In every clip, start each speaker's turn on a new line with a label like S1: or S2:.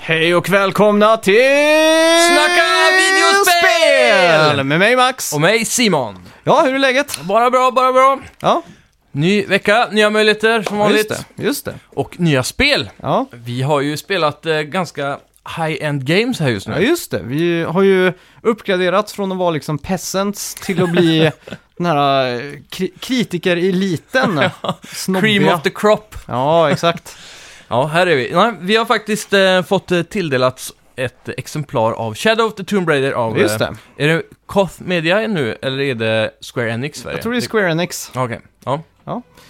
S1: Hej och välkomna till...
S2: Snacka videospel!
S1: Spel! Med mig Max.
S2: Och mig Simon.
S1: Ja, hur är läget?
S2: Bara bra, bara bra.
S1: Ja,
S2: Ny vecka, nya möjligheter som
S1: just
S2: vanligt.
S1: det. Just det.
S2: Och nya spel.
S1: Ja.
S2: Vi har ju spelat eh, ganska high-end games här just nu.
S1: ja, just det. Vi har ju uppgraderats från att vara liksom peasants till att bli den här eh, kri- kritiker-eliten.
S2: Cream
S1: Snobbiga.
S2: of the crop.
S1: Ja, exakt.
S2: Ja, här är vi. Nej, vi har faktiskt eh, fått eh, tilldelats ett exemplar av Shadow of the Tomb Raider av...
S1: Just
S2: eh,
S1: det.
S2: Är det Koth Media nu, eller är det Square Enix Sverige?
S1: Jag tror det är Square Enix.
S2: Okej, ja.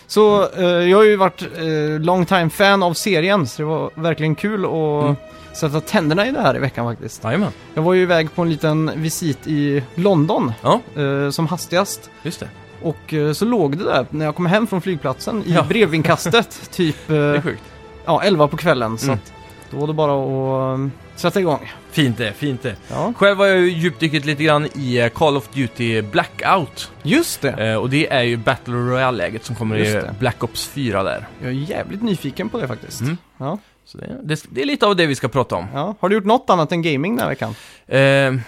S1: Så eh, jag har ju varit eh, long time fan av serien, så det var verkligen kul att
S2: Mm.
S1: sätta tänderna i det här i veckan faktiskt.
S2: Jajamän,
S1: Jag var ju iväg på en liten visit i London
S2: Ja.
S1: eh, som hastigast.
S2: just det.
S1: Och eh, så låg det där när jag kom hem från flygplatsen i
S2: Ja.
S1: brevinkastet typ eh,
S2: Det är sjukt.
S1: ja, 11 på kvällen. Så
S2: Mm.
S1: att då var det bara att um, sätta igång.
S2: Fint det, fint det.
S1: Ja.
S2: Själv har jag ju djupdykt lite grann i eh, Call of Duty Blackout.
S1: Just det!
S2: Eh, och det är ju Battle Royale-läget som kommer
S1: Just
S2: i
S1: det.
S2: Black Ops 4 där.
S1: Jag är jävligt nyfiken på det faktiskt.
S2: Mm.
S1: Ja,
S2: Så det, det, det är lite av det vi ska prata om.
S1: ja. Har du gjort något annat än gaming den här veckan?
S2: Eh, ja,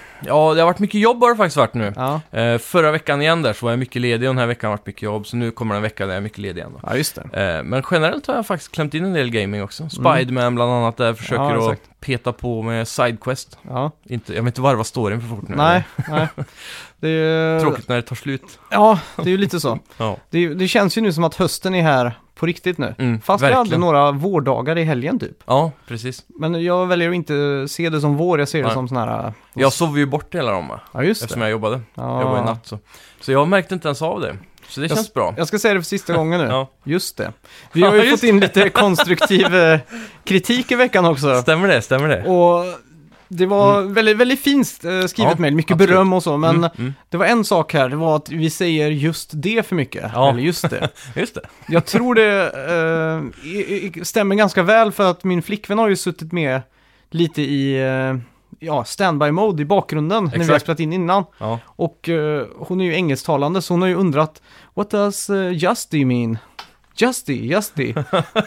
S2: det har varit mycket jobb har det faktiskt varit nu.
S1: Ja,
S2: Eh, förra veckan igen där så var jag mycket ledig och den här veckan har varit mycket jobb. Så nu kommer en vecka där jag är mycket ledig igen då.
S1: ja just det.
S2: Eh, men generellt har jag faktiskt klämt in en del gaming också. Spiderman bland annat där försöker
S1: Mm. Ja,
S2: att peta på med Sidequest.
S1: Ja.
S2: Inte, jag vill inte varva storyn för fort nu.
S1: Nej, nej. Det är, ju-
S2: Tråkigt när det tar slut.
S1: Ja, det är ju lite så.
S2: Ja.
S1: Det, är ju- det känns ju nu som att hösten är här på riktigt nu.
S2: Mm,
S1: Fast jag hade
S2: verkligen.
S1: några vårdagar i helgen typ.
S2: Ja, precis.
S1: Men jag väljer att inte se det som vår, jag ser det
S2: Nej.
S1: som sån här... äh,
S2: Jag sov ju bort hela dem va?
S1: Ja, just
S2: eftersom
S1: det.
S2: jag jobbade.
S1: Ja.
S2: Jag var i natt så. Så jag märkte inte ens av det. Så det
S1: Ah. Jag-
S2: känns bra.
S1: Jag ska säga det för sista gången nu.
S2: Ja.
S1: Just det. Vi har ju
S2: Ja, just
S1: fått in lite konstruktiv eh, kritik i veckan också.
S2: Stämmer det, stämmer det. Mm.
S1: Och det var väldigt, väldigt fint eh, skrivet
S2: Ja,
S1: mejl, mycket
S2: absolut.
S1: beröm och så, men
S2: Mm, mm.
S1: det var en sak här, det var att vi säger just det för mycket.
S2: Ja.
S1: Eller just det.
S2: Just det.
S1: Jag tror det eh, i- i- stämmer ganska väl för att min flickvän har ju suttit med lite i eh, ja, standby-mode i bakgrunden när vi har
S2: Exakt.
S1: spelat in innan.
S2: Ja.
S1: Och eh, hon är ju engelsktalande så hon har ju undrat What does uh, Justy mean? Justy, Justy.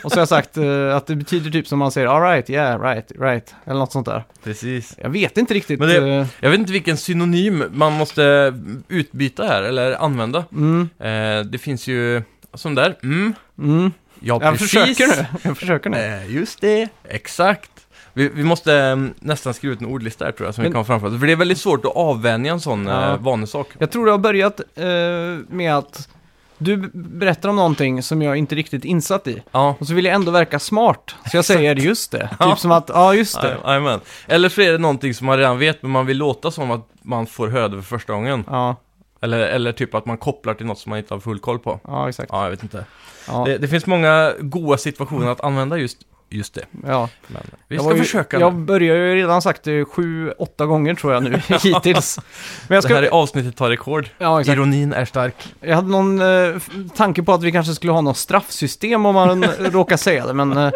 S1: och så har jag sagt eh, att det betyder typ som man säger alright, yeah, right, right. Eller något sånt där.
S2: Precis.
S1: Jag vet inte riktigt.
S2: Men det-
S1: eh,
S2: Jag vet inte vilken synonym man måste utbyta här, eller använda.
S1: mm,
S2: Eh, det finns ju sån där, mm,
S1: mm.
S2: ja
S1: Jag
S2: precis.
S1: försöker nu. Jag försöker nu.
S2: Eh, just det. Exakt. Vi, vi måste eh, nästan skriva ut en ordlista här tror jag, som
S1: Men-
S2: vi kan framföra. För det är väldigt svårt att avvänja en sån
S1: Ja.
S2: eh, vanesak.
S1: Jag tror det har börjat eh, med att du b- berättar om någonting som jag inte riktigt är insatt i.
S2: Ja.
S1: Och så vill jag ändå verka smart, så jag säger just det. Typ som att, ja just det.
S2: Ja, eh, Jajamän. Eller så är det någonting som man redan vet, men man vill låta som att man får höra det för första gången.
S1: Ja,
S2: Eller, eller typ att man kopplar till något som man inte har full koll på.
S1: ja exakt.
S2: Ja, jag vet inte.
S1: Ja,
S2: Det, det finns många goda situationer att använda just, just det.
S1: ja.
S2: Men vi
S1: Jag
S2: ska
S1: var ju,
S2: försöka.
S1: Jag börjar ju redan sagt det sju, åtta gånger tror jag nu hittills. Men jag,
S2: Det här
S1: ska,
S2: är avsnittet tar rekord.
S1: ja, exakt.
S2: Ironin är stark.
S1: jag hade någon eh, f- tanke på att vi kanske skulle ha något straffsystem om man råkar säga det, men eh,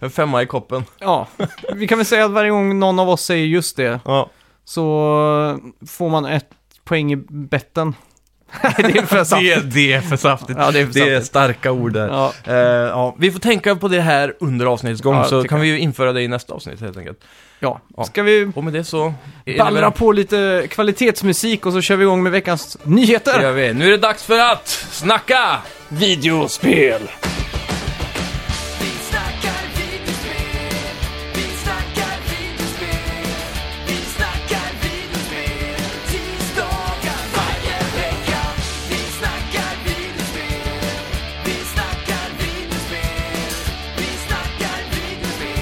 S2: En femma i koppen.
S1: ja. Vi kan väl säga att varje gång någon av oss säger just det
S2: Ja.
S1: så eh, får man ett poäng i betten. det är för sant.
S2: Det, det är för saftigt.
S1: Ja, det är för
S2: Det är
S1: sant.
S2: starka ord där.
S1: Ja,
S2: Eh, ja. Vi får tänka på det här under avsnittets gång,
S1: Ja,
S2: så
S1: tycker
S2: kan vi ju införa det i nästa avsnitt helt enkelt.
S1: ja.
S2: Ja.
S1: Ska vi
S2: Och med det så... är det
S1: ballra
S2: väl-
S1: på lite kvalitetsmusik och så kör vi igång med veckans
S2: Det
S1: nyheter?
S2: gör vi. Nu är det dags för att snacka!
S3: Videospel!
S4: Vi snackar videospel, vi snackar videospel, vi snackar videospel tisdagar varje vecka. Vi snackar videospel, vi snackar videospel, vi snackar videospel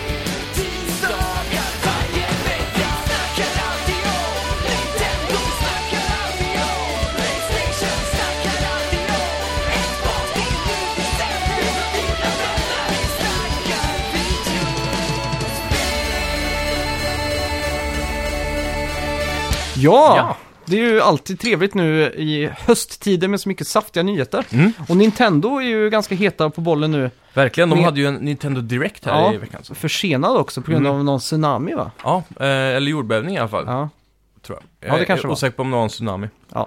S4: tisdagar varje vecka. Snackar alltid om Nintendo, snackar alltid om Playstation, snackar alltid om Xbox, det är nu vi sänder och dina vänner. Vi snackar video.
S1: Ja!
S2: Ja.
S1: Det är ju alltid trevligt nu i hösttider med så mycket saftiga nyheter.
S2: Mm.
S1: Och Nintendo är ju ganska heta på bollen nu.
S2: Verkligen, de
S1: Med-
S2: hade ju en Nintendo Direct här
S1: Ja.
S2: i veckan. Så. Mm.
S1: Försenad också på grund av någon tsunami va?
S2: Ja, eh, eller jordbävning i alla fall,
S1: Ja,
S2: tror jag.
S1: Ja, det
S2: Jag
S1: kanske
S2: är
S1: var.
S2: osäker på om det var en tsunami.
S1: ja.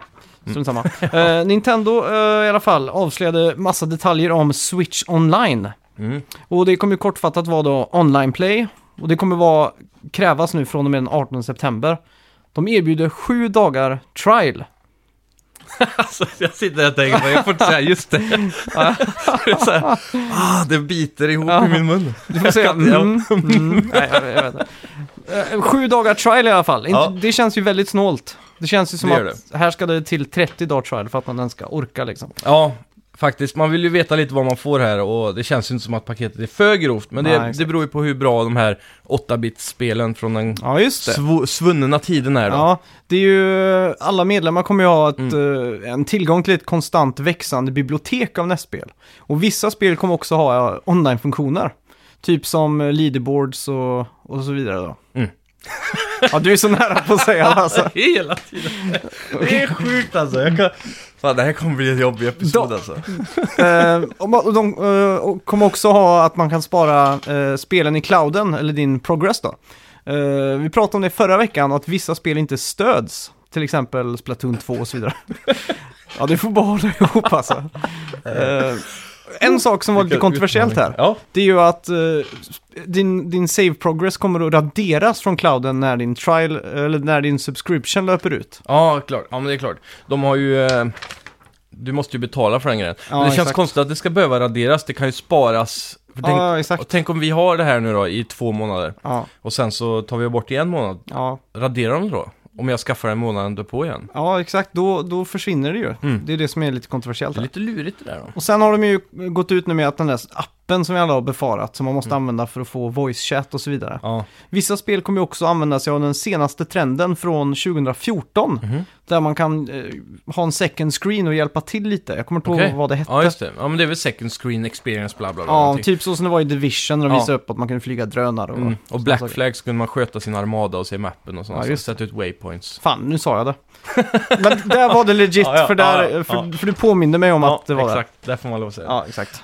S1: Strunt samma. Eh, Nintendo eh, i alla fall avslöjade massa detaljer om Switch Online.
S2: Mm.
S1: Och det kommer ju kortfattat vara då online play och det kommer vara, krävas nu från och med den 18 september. De erbjuder sju dagar trial.
S2: Alltså, jag sitter här och tänker, bara, jag får inte säga just det. det, är så här, ah, det biter ihop
S1: Ja.
S2: i min mun.
S1: Du får säga
S2: kan- ja.
S1: mm, mm, nej, jag, jag vet inte. Eh, Sju dagar trial i alla fall. Inte-
S2: Ja.
S1: Det känns ju väldigt snålt. Det känns ju som
S2: Det gör
S1: att här ska det till 30 dagar trial för att man ens ska orka liksom.
S2: Ja, faktiskt. Man vill ju veta lite vad man får här och det känns ju inte som att paketet är för grovt. Men
S1: Nej,
S2: det,
S1: exakt.
S2: det beror ju på hur bra de här 8-bit-spelen från den
S1: Ja, just det.
S2: sv- svunna tiden är då.
S1: Ja, det är ju, alla medlemmar kommer ju ha ett, eh, en tillgång till ett konstant växande bibliotek av nästspel. Och vissa spel kommer också ha ja, online-funktioner. Typ som eh, leaderboards och, och så vidare då.
S2: Mm.
S1: ja, du är så nära på att säga det alltså.
S2: Hela tiden. Det är sjukt alltså. Jag kan... Fan, det här kommer bli en jobbig episod
S1: Då-
S2: alltså.
S1: Eh, och ma- och de eh, och kommer också ha att man kan spara eh, spelen i clouden, eller din progress då. Eh, vi pratade om det förra veckan, att vissa spel inte stöds. Till exempel Splatoon 2 och så vidare. ja, det får bara hålla ihop alltså. Eh, en sak som var lite
S2: Vilken
S1: kontroversiellt
S2: utmaning.
S1: här,
S2: Ja,
S1: det är ju att eh, din, din save progress kommer att raderas från clouden när din trial, eller när din subscription löper ut.
S2: ja klart. Ja, men det är klart. De har ju... Eh... Du måste ju betala för den grejen.
S1: Ja,
S2: men det känns
S1: exakt.
S2: konstigt att det ska behöva raderas. Det kan ju sparas. För tänk,
S1: ja, exakt.
S2: och tänk om vi har det här nu då i två månader.
S1: Ja,
S2: Och sen så tar vi bort det i en månad.
S1: ja.
S2: Raderar de då? Om jag skaffar en månad därpå igen?
S1: Ja, exakt. Då, då försvinner det ju.
S2: Mm.
S1: Det är det som är lite kontroversiellt.
S2: Det är
S1: Här.
S2: lite lurigt det där då.
S1: Och sen har de ju gått ut nu med att den där appen som vi alla har befarat, som man måste använda för att få voice chat och så vidare.
S2: Mm. Ja.
S1: Vissa spel kommer ju också använda sig av den senaste trenden från 2014,
S2: Mhm.
S1: där man kan eh, ha en second screen och hjälpa till lite. Jag kommer inte
S2: Okej.
S1: ihåg vad det hette.
S2: ja, just det. Ja, men det är väl second screen experience bla bla bla.
S1: Ja,
S2: någonting.
S1: typ så som det var i Division, när de
S2: Ja.
S1: visade upp att man kunde flyga drönare och...
S2: Mm. Och
S1: såna
S2: Black
S1: saker.
S2: Flag så kunde man sköta sin armada och se mappen och sånt.
S1: Ja,
S2: så
S1: just
S2: sätta ut waypoints.
S1: Fan, nu sa jag det. Men där var det legit,
S2: Ja, ja,
S1: för, där,
S2: ja, ja,
S1: för,
S2: ja.
S1: för du påminde mig om
S2: Ja,
S1: att det var
S2: exakt. Där får man lov att
S1: det.
S2: säga.
S1: Ja, exakt.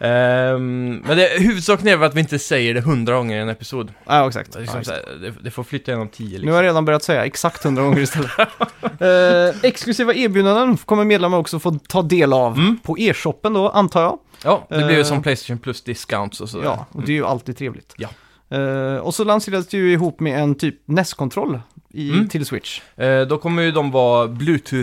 S2: Ehm, men det, huvudsaken är väl att vi inte säger det hundra gånger i en episod.
S1: Ja, exakt.
S2: Det, är liksom
S1: Ja, exakt.
S2: så här, det, det får flytta genom tio
S1: Nu
S2: liksom.
S1: har jag redan börjat säga exakt hundra gånger istället. eh, exklusiva erbjudanden kommer medlemmar också få ta del av på e-shoppen då, antar jag.
S2: Ja, Mm? det blir ju
S1: eh,
S2: som Playstation plus discounts och sådär.
S1: Ja, och det är ju alltid trevligt.
S2: Ja.
S1: Eh, och så lanserades det ju ihop med en typ NES-kontroll i,
S2: Mm.
S1: till Switch.
S2: Eh, då kommer ju de vara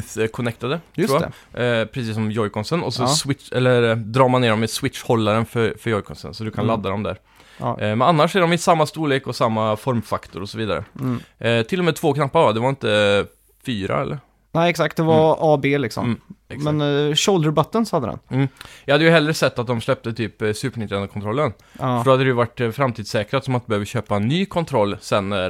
S2: Bluetooth-connectade,
S1: Just
S2: tror jag. Eh, precis som Joy-Consen. Och så
S1: Ja.
S2: switch, eller, eh, drar man ner dem i switchhållaren för, för Joy-Consen, så du kan
S1: Mm.
S2: ladda dem där.
S1: Ja.
S2: Eh, men annars är de i samma storlek och samma formfaktor och så vidare.
S1: Mm.
S2: Eh, till och med två knappar va? Det var inte eh, fyra eller?
S1: Nej, exakt. Det var AB liksom.
S2: Mm, Exakt.
S1: Men eh, shoulder buttons hade den.
S2: Jag hade ju hellre sett att de släppte typ eh, Super Nintendo-kontrollen.
S1: Ja,
S2: För då hade det ju varit eh, framtidssäkrat som att behöver köpa en ny kontroll sen när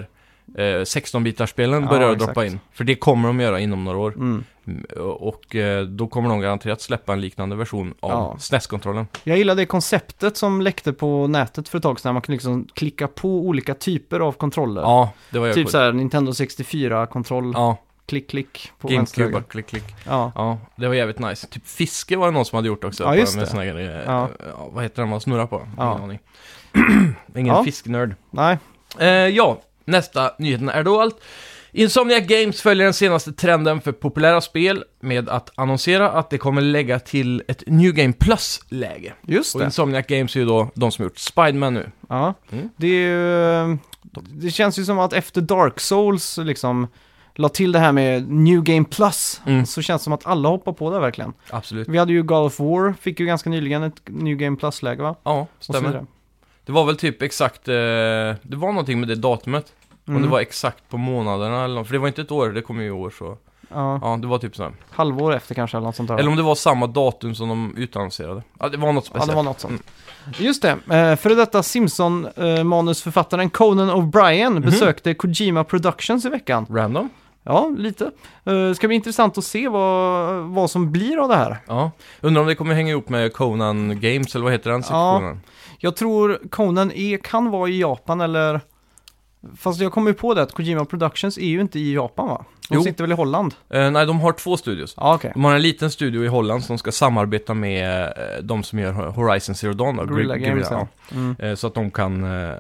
S2: eh, 16-bitarspelen
S1: Ja,
S2: börjar
S1: exakt.
S2: droppa in. För det kommer de göra inom några år.
S1: mm.
S2: Mm, Och eh, då kommer de garanterat släppa en liknande version av
S1: Ja.
S2: SNES-kontrollen.
S1: Jag gillade det konceptet som läckte på nätet för ett tag sedan. Man kunde liksom klicka på olika typer av kontroller.
S2: Ja, det var jag
S1: typ så här Nintendo 64-kontroll,
S2: Ja,
S1: klick, klick på vänster
S2: GameCube,
S1: öga.
S2: bara klick, klick.
S1: Ja.
S2: Ja, det var jävligt nice. Typ fiske var det någon som hade gjort också.
S1: Ja, just
S2: med
S1: det.
S2: Såna här, grejer.
S1: Ja.
S2: ja, vad heter den man snurrar på?
S1: Ja.
S2: Ingen aning. Ingen
S1: Ja.
S2: fisknörd.
S1: Nej,
S2: Eh, ja, nästa nyheten är då allt. Insomniac Games följer den senaste trenden för populära spel med att annonsera att det kommer lägga till ett New Game Plus-läge.
S1: just
S2: Och
S1: det.
S2: Insomniac Games är ju då de som har gjort Spiderman nu.
S1: Ja,
S2: Mm.
S1: det är ju... Det känns ju som att efter Dark Souls liksom la till det här med New Game Plus
S2: Mm.
S1: så känns det som att alla hoppar på det verkligen.
S2: Absolut.
S1: Vi hade ju God of War, fick ju ganska nyligen ett New Game Plus-läge va?
S2: Ja,
S1: Och så
S2: stämmer.
S1: vidare.
S2: Det var väl typ exakt, eh, det var någonting med det datumet. Om det
S1: Mm.
S2: var exakt på månaderna eller något, för det var inte ett år, det kom ju i år så.
S1: Ja,
S2: Ja, det var typ sådär.
S1: halvår efter kanske eller något sånt där. va?
S2: Eller om det var samma datum som de utannonserade. Ja, det var något
S1: Ja,
S2: speciellt.
S1: det var något sånt.
S2: Mm.
S1: Just det, eh, före detta Simpson-manusförfattaren Conan O'Brien
S2: Mhm.
S1: besökte Kojima Productions i veckan.
S2: Random?
S1: Ja, lite. Eh, ska bli intressant att se vad, vad som blir av det här.
S2: Ja. Undrar om det kommer hänga ihop med Conan Games, eller vad heter den sektionen?
S1: Jag tror Conan är, kan vara i Japan eller... Fast jag kommer ju på det att Kojima Productions är ju inte i Japan va? De
S2: Jo.
S1: sitter väl i Holland?
S2: Eh, nej, de har två studios.
S1: Ja, okej.
S2: De har en liten studio i Holland som ska samarbeta med eh, de som gör Horizon Zero Dawn. Då,
S1: Guerrilla
S2: Gri-
S1: Games,
S2: Guerrilla,
S1: ja. Mm.
S2: ja. Eh, Så att de kan eh,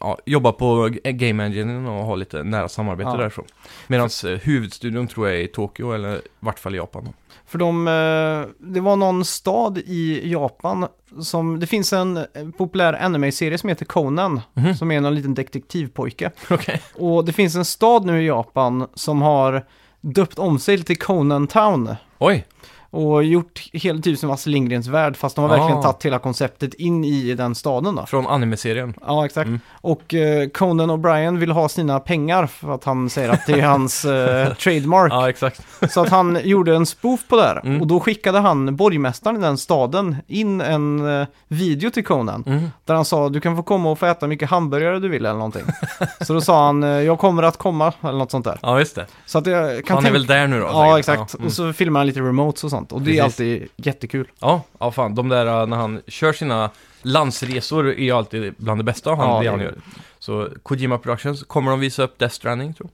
S2: ja, jobba på g- Game Engine och ha lite nära samarbete eh,
S1: Ja.
S2: därifrån. Medan huvudstudion tror jag är i Tokyo, eller i vart fall i Japan. då.
S1: För de, eh, det var någon stad i Japan som, det finns en eh, populär anime-serie som heter Conan,
S2: Mhm.
S1: som är någon liten detektivpojke.
S2: Okej.
S1: Och det finns en stad nu i Japan som har döpt om sig till Conan Town.
S2: Oj.
S1: Och gjort hela typ som Astrid Lindgrens värld, fast de har verkligen
S2: Ah.
S1: tagit hela konceptet in i den staden då.
S2: Från anime-serien.
S1: Ja, exakt.
S2: Mm.
S1: Och eh, Conan O'Brien vill ha sina pengar för att han säger att det är hans eh, trademark.
S2: Ja, exakt.
S1: Så att han gjorde en spoof på det här.
S2: Mm.
S1: Och då skickade han borgmästaren i den staden in en eh, video till Conan.
S2: Mm.
S1: Där han sa du kan få komma och få äta mycket hamburgare du vill eller någonting. Så då sa han eh, jag kommer att komma eller något sånt där.
S2: Ja, just det.
S1: Så att jag kan
S2: Han är väl där nu då?
S1: Ja,
S2: säkert.
S1: exakt.
S2: Ja, mm.
S1: Och så filmar han lite remotes och sånt. Och det är
S2: Precis.
S1: alltid jättekul.
S2: ja, ja, fan. De där eh, när han kör sina landsresor är ju alltid bland det bästa han,
S1: Ja,
S2: det
S1: det-
S2: han gör. Så Kojima Productions, kommer de visa upp Death Stranding tror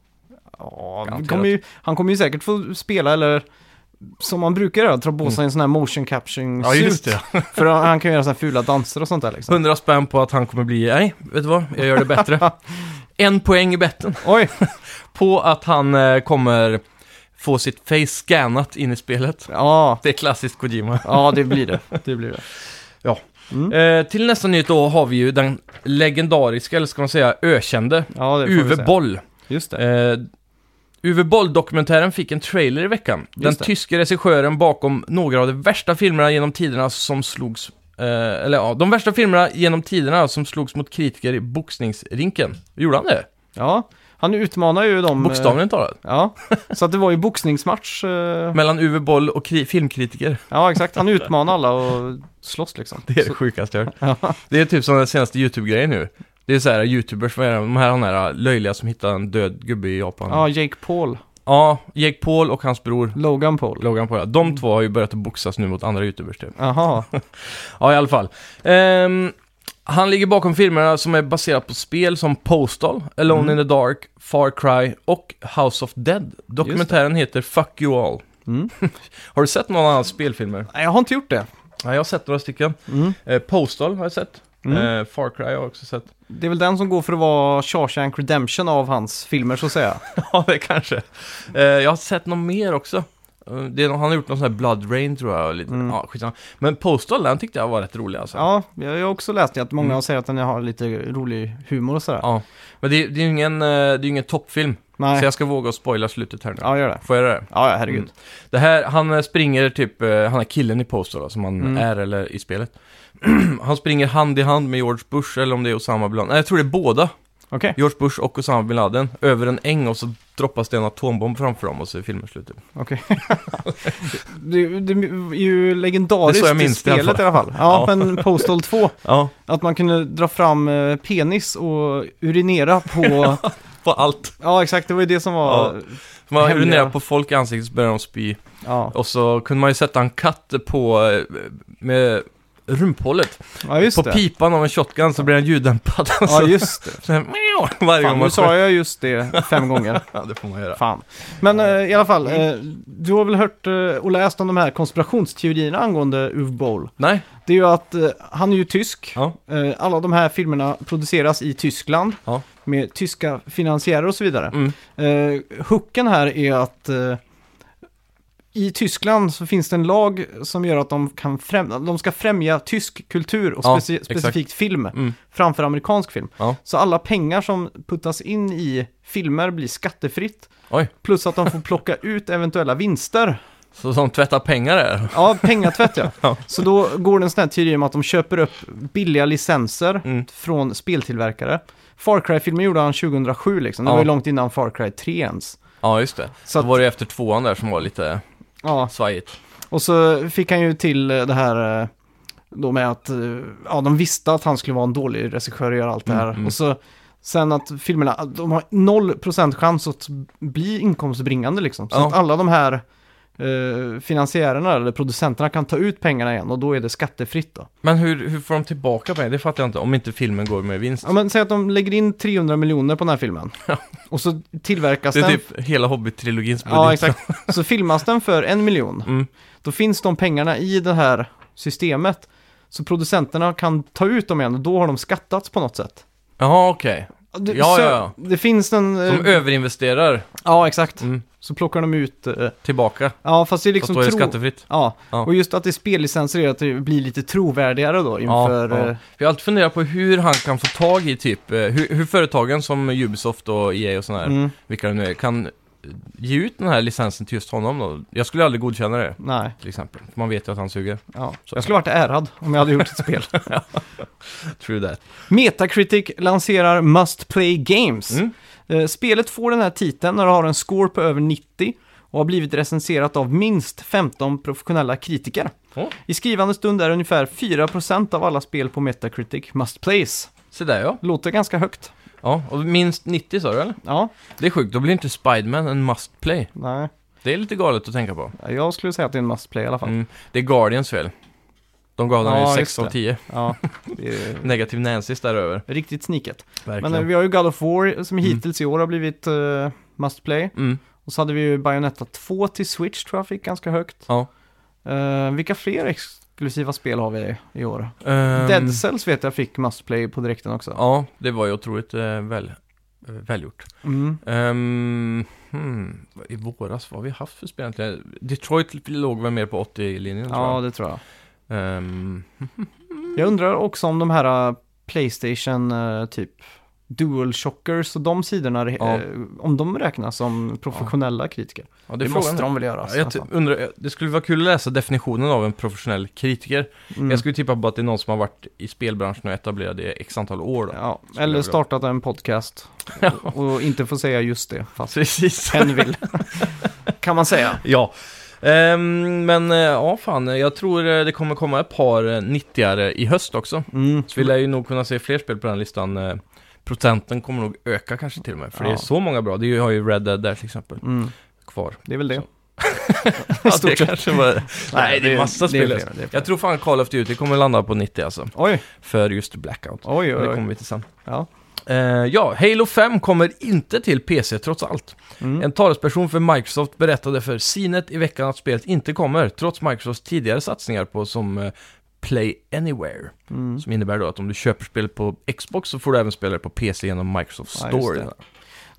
S1: Ja, han
S2: Garanterat.
S1: kommer ju, han kommer ju säkert få spela eller som man brukar göra, dra på sig en sån här motion capturing
S2: du? Mm. Ja, just det.
S1: För han, han kan göra såna här fula danser och sånt där liksom.
S2: Hundra spänn på att han kommer bli, nej, vet du vad? Jag gör det bättre. en poäng i betten
S1: Oj,
S2: på att han eh, kommer få sitt face scannat in i spelet.
S1: ja.
S2: Det är klassiskt Kojima.
S1: Ja, det blir det. Det blir det. Mm.
S2: Eh, till nästa nyhet då har vi ju den legendariska, eller ska man säga ökände,
S1: Ja, det får vi
S2: Uwe
S1: se.
S2: Boll.
S1: Just det.
S2: Eh, Uwe Boll-dokumentären fick en trailer i veckan. Den
S1: Just det.
S2: tyske regissören bakom några av de värsta filmerna genom tiderna som slogs... Eh, eller ja, de värsta filmerna genom tiderna som slogs mot kritiker i boxningsrinken. Gjorde han det?
S1: Ja, han utmanar ju dem. eh,
S2: Bokstavligen talat.
S1: Ja, så att det var ju boxningsmatch. eh,
S2: Mellan Uwe Boll och kri- filmkritiker.
S1: Ja, exakt. Han utmanar alla och slåss liksom.
S2: Det är det
S1: Så-
S2: sjukaste jag hört. Det är typ som den senaste YouTube-grejen nu. Det är så här YouTubers, vad är det? de här, de här löjliga som hittar en död gubbe i Japan.
S1: Ja, Jake Paul.
S2: ja Jake Paul och hans bror
S1: Logan Paul.
S2: Logan Paul. ja. De två har ju börjat att boxas nu mot andra YouTubers typ.
S1: Jaha,
S2: Ja, i alla fall. Ehm, han ligger bakom filmerna som är baserat på spel som Postal, Alone in the Dark, Far Cry och House of Dead. Dokumentären heter Fuck You All.
S1: Mm.
S2: har du sett någon annan spelfilmer?
S1: nej jag har inte gjort det.
S2: Ja, jag har sett några stycken.
S1: Mm.
S2: Eh, Postal har jag sett.
S1: Mm.
S2: Eh, Far Cry har jag också sett.
S1: Det är väl den som går för att vara Shawshank Redemption av hans filmer så att säga.
S2: ja, det kanske. Eh, jag har sett någon mer också. Eh, Det är, någon- han har gjort någon sån här Blood Rain tror jag. och Lite,
S1: Mm.
S2: ja, skitsamma. Men Postal, den tyckte jag var rätt rolig alltså.
S1: Ja, jag jag har också läst det att många
S2: Mm.
S1: säger att den har lite rolig humor och sådär.
S2: Ja. Men det, det är ju ingen, eh, det är ju ingen toppfilm. Så
S1: Nej,
S2: jag ska våga och spoila slutet här nu.
S1: ja gör det.
S2: Får jag göra det?
S1: Ja, ja, herregud.
S2: Mm. Det här, han eh, springer typ, eh, han är killen i Postal då, som han
S1: Mm.
S2: är eller i spelet. han springer hand i hand med George Bush eller om det är Osama bin Laden. Nej, jag tror det är båda.
S1: Okej,
S2: George Bush och Osama bin Laden. Över en äng och så droppas det en atombomb framför dem och så är filmen slut. typ.
S1: okej. det, det är ju legendariskt
S2: Det är så jag
S1: i
S2: minns det i alla
S1: spelet i alla fall. Ja, men Postal 2.
S2: Ja,
S1: Att man kunde dra fram eh, penis och urinera på...
S2: på allt.
S1: ja, exakt. Det var ju det som var...
S2: Ja. Man
S1: Hemliga.
S2: urinerar på folk i ansiktet så börjar de spy.
S1: Ja,
S2: Och så kunde man ju sätta en katt på, eh, med rumphålet.
S1: ja just
S2: på
S1: det.
S2: pipan av en shotgun så blir den ljuddämpad.
S1: Ja, just det.
S2: Så här, meow, varje
S1: Fan,
S2: gång
S1: nu
S2: man
S1: sa jag just det fem gånger.
S2: Ja, Mm. det får man göra.
S1: Fan. Men eh, i alla fall, eh, du har väl hört eh, och läst om de här konspirationsteorierna angående Uwe Boll?
S2: Nej,
S1: Det är ju att eh, han är ju tysk.
S2: ja.
S1: Eh, alla de här filmerna produceras i Tyskland
S2: Ja.
S1: med tyska finansiärer och så vidare.
S2: Mm.
S1: Eh, hooken här är att eh, i Tyskland så finns det en lag som gör att de, kan främ- de ska främja tysk kultur och
S2: Ja,
S1: speci-
S2: exakt.
S1: specifikt film
S2: Mm.
S1: framför amerikansk film.
S2: Ja.
S1: Så alla pengar som puttas in i filmer blir skattefritt.
S2: Oj.
S1: Plus att de får plocka ut eventuella vinster.
S2: Så som tvättar pengar är.
S1: Ja, pengatvätt ja.
S2: Ja.
S1: Så då går det en sån här teori om att de köper upp billiga licenser
S2: Mm.
S1: från speltillverkare. Far Cry-filmen gjorde han 2007 liksom, det
S2: Ja.
S1: var ju långt innan Far Cry 3 ens.
S2: Ja, just det.
S1: Så
S2: Så
S1: att,
S2: var det efter tvåan där som var lite
S1: ja.
S2: svajigt.
S1: Och så fick han ju till eh, det här eh, då med att eh, ja, de visste att han skulle vara en dålig regissör och göra allt det här.
S2: Mm, mm.
S1: Och så sen att filmerna, de har 0% chans att bli inkomstbringande liksom. Så
S2: Ja.
S1: att alla de här eh, finansiärerna eller producenterna kan ta ut pengarna igen och då är det skattefritt då.
S2: Men hur, hur får de tillbaka pengar? Det fattar jag inte. Om inte filmen går med vinst.
S1: Ja, men säg att de lägger in 300 miljoner på den här filmen. Och så tillverkas
S2: Det är
S1: den.
S2: typ hela Hobbit-trilogins budget.
S1: Ja, exakt. Så filmas den för en miljon.
S2: Mm.
S1: Då finns de pengarna i det här systemet. Så producenterna kan ta ut dem igen och då har de skattats på något sätt.
S2: Jaha, okej.
S1: Det,
S2: Ja,
S1: så-
S2: ja, ja.
S1: Det finns en... eh,
S2: Som överinvesterar
S1: ja, exakt.
S2: Mm.
S1: Så plockar de ut... eh,
S2: tillbaka.
S1: Ja, fast det är
S2: Fast
S1: liksom...
S2: då är det
S1: tro-
S2: skattefritt.
S1: Ja.
S2: Ja.
S1: och just att det är spellicenser gör att det blir lite trovärdigare då inför...
S2: ja.
S1: eh,
S2: För jag har alltid funderat på hur han kan få tag i typ, eh, hur, hur företagen som Ubisoft och EA och sådana här,
S1: Mm,
S2: vilka det nu är, kan eh, ge ut den här licensen till just honom då. Jag skulle aldrig godkänna det,
S1: nej,
S2: till exempel. För man vet ju att han suger.
S1: ja.
S2: Så.
S1: Jag skulle varit ärad om jag hade gjort ett spel.
S2: True that.
S1: Metacritic lanserar Must Play Games.
S2: Mm.
S1: Eh, Spelet får den här titeln när det har en score på över 90 och har blivit recenserat av minst 15 professionella kritiker.
S2: Åh.
S1: I skrivande stund är ungefär 4% av alla spel på Metacritic Must Plays.
S2: Så där ja.
S1: Låter ganska högt.
S2: Ja, och minst 90 sa du eller?
S1: Ja,
S2: Det är sjukt, då blir inte Spiderman en must play.
S1: nej.
S2: Det är lite galet att tänka på.
S1: Jag skulle säga att det är en Must Play i alla fall.
S2: Mm. Det är Guardians fel. De gav den
S1: Ja,
S2: ju
S1: just
S2: 6 av
S1: det.
S2: 10.
S1: Ja, det är
S2: Negativ Nancys däröver.
S1: riktigt sniket.
S2: Verkligen.
S1: Men eh, vi har ju God of War som hittills i år har blivit eh, Must Play.
S2: Mm.
S1: Och så hade vi ju Bayonetta 2 till Switch tror jag fick ganska högt.
S2: Ja.
S1: Eh, vilka fler exklusiva spel har vi i år?
S2: Ehm,
S1: Dead Cells vet jag fick must play på direkten också.
S2: Ja, det var ju otroligt eh, väl, eh, välgjort.
S1: Mm.
S2: Ehm, hmm, vad- I våras, vad har vi haft för spel egentligen? Detroit låg väl mer på 80-linjen tror
S1: Ja,
S2: jag.
S1: det tror jag.
S2: Ehm,
S1: Jag undrar också om de här eh, Playstation eh, typ Dual Shockers och de sidorna, eh,
S2: Ja.
S1: om de räknas som professionella kritiker.
S2: ja, det
S1: Det,
S2: är frågan.
S1: måste de väl göra? alltså.
S2: Ja, jag ty-
S1: nästan.
S2: undrar, eh, det skulle vara kul att läsa definitionen av en professionell kritiker.
S1: Mm.
S2: Jag skulle tippa på att det är någon som har varit i spelbranschen och etablerad i x antal år då.
S1: ja,
S2: skulle jag
S1: eller
S2: vilja.
S1: startat en podcast och inte få säga just det, fast
S2: Precis.
S1: en vill. kan man säga.
S2: ja. Ehm, men eh, ja, fan, eh, jag tror eh, det kommer komma ett par eh, 90-are i höst också.
S1: Mm.
S2: Så vi lär ju nog kunna se fler spel på den listan. Eh, Procenten kommer nog öka kanske till och med, för det är
S1: Ja.
S2: så många bra. Det är ju- har ju Red Dead där till exempel
S1: Mm.
S2: kvar.
S1: Det är väl det.
S2: Så. Ja,
S1: stort sett.
S2: kanske var... Nej, det är massa
S1: det är
S2: spel.
S1: flera, det är flera.
S2: Jag tror fan Call of Duty kommer landa på 90 alltså,
S1: Oj,
S2: för just Blackout.
S1: oj,
S2: Men
S1: oj.
S2: Det
S1: oj.
S2: kommer vi till sen.
S1: Ja.
S2: Eh, ja, Halo 5 kommer inte till PC trots allt.
S1: Mm.
S2: En talesperson för Microsoft berättade för CNET i veckan att spelet inte kommer, trots Microsofts tidigare satsningar på som eh, Play Anywhere.
S1: Mm.
S2: Som innebär då att om du köper spelet på Xbox så får du även spela det på PC genom Microsoft
S1: Ja,
S2: Store.
S1: just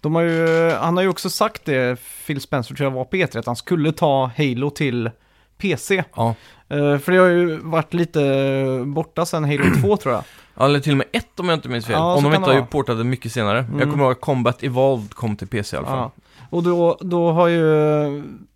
S1: De har ju, han har ju också sagt det, Phil Spencer tror jag var på E3, att han skulle ta Halo till PC.
S2: Ja.
S1: Eh, för det har ju varit lite borta sedan Halo 2 tror jag.
S2: Ja, Eller till och med ett om jag inte minns fel.
S1: Ja,
S2: om
S1: så
S2: de
S1: kan
S2: inte
S1: det
S2: har ju
S1: vara.
S2: portat det mycket senare. Jag
S1: Mm.
S2: kommer ihåg att Combat Evolved kom till PC i alla fall.
S1: Ja. Och då, då har ju,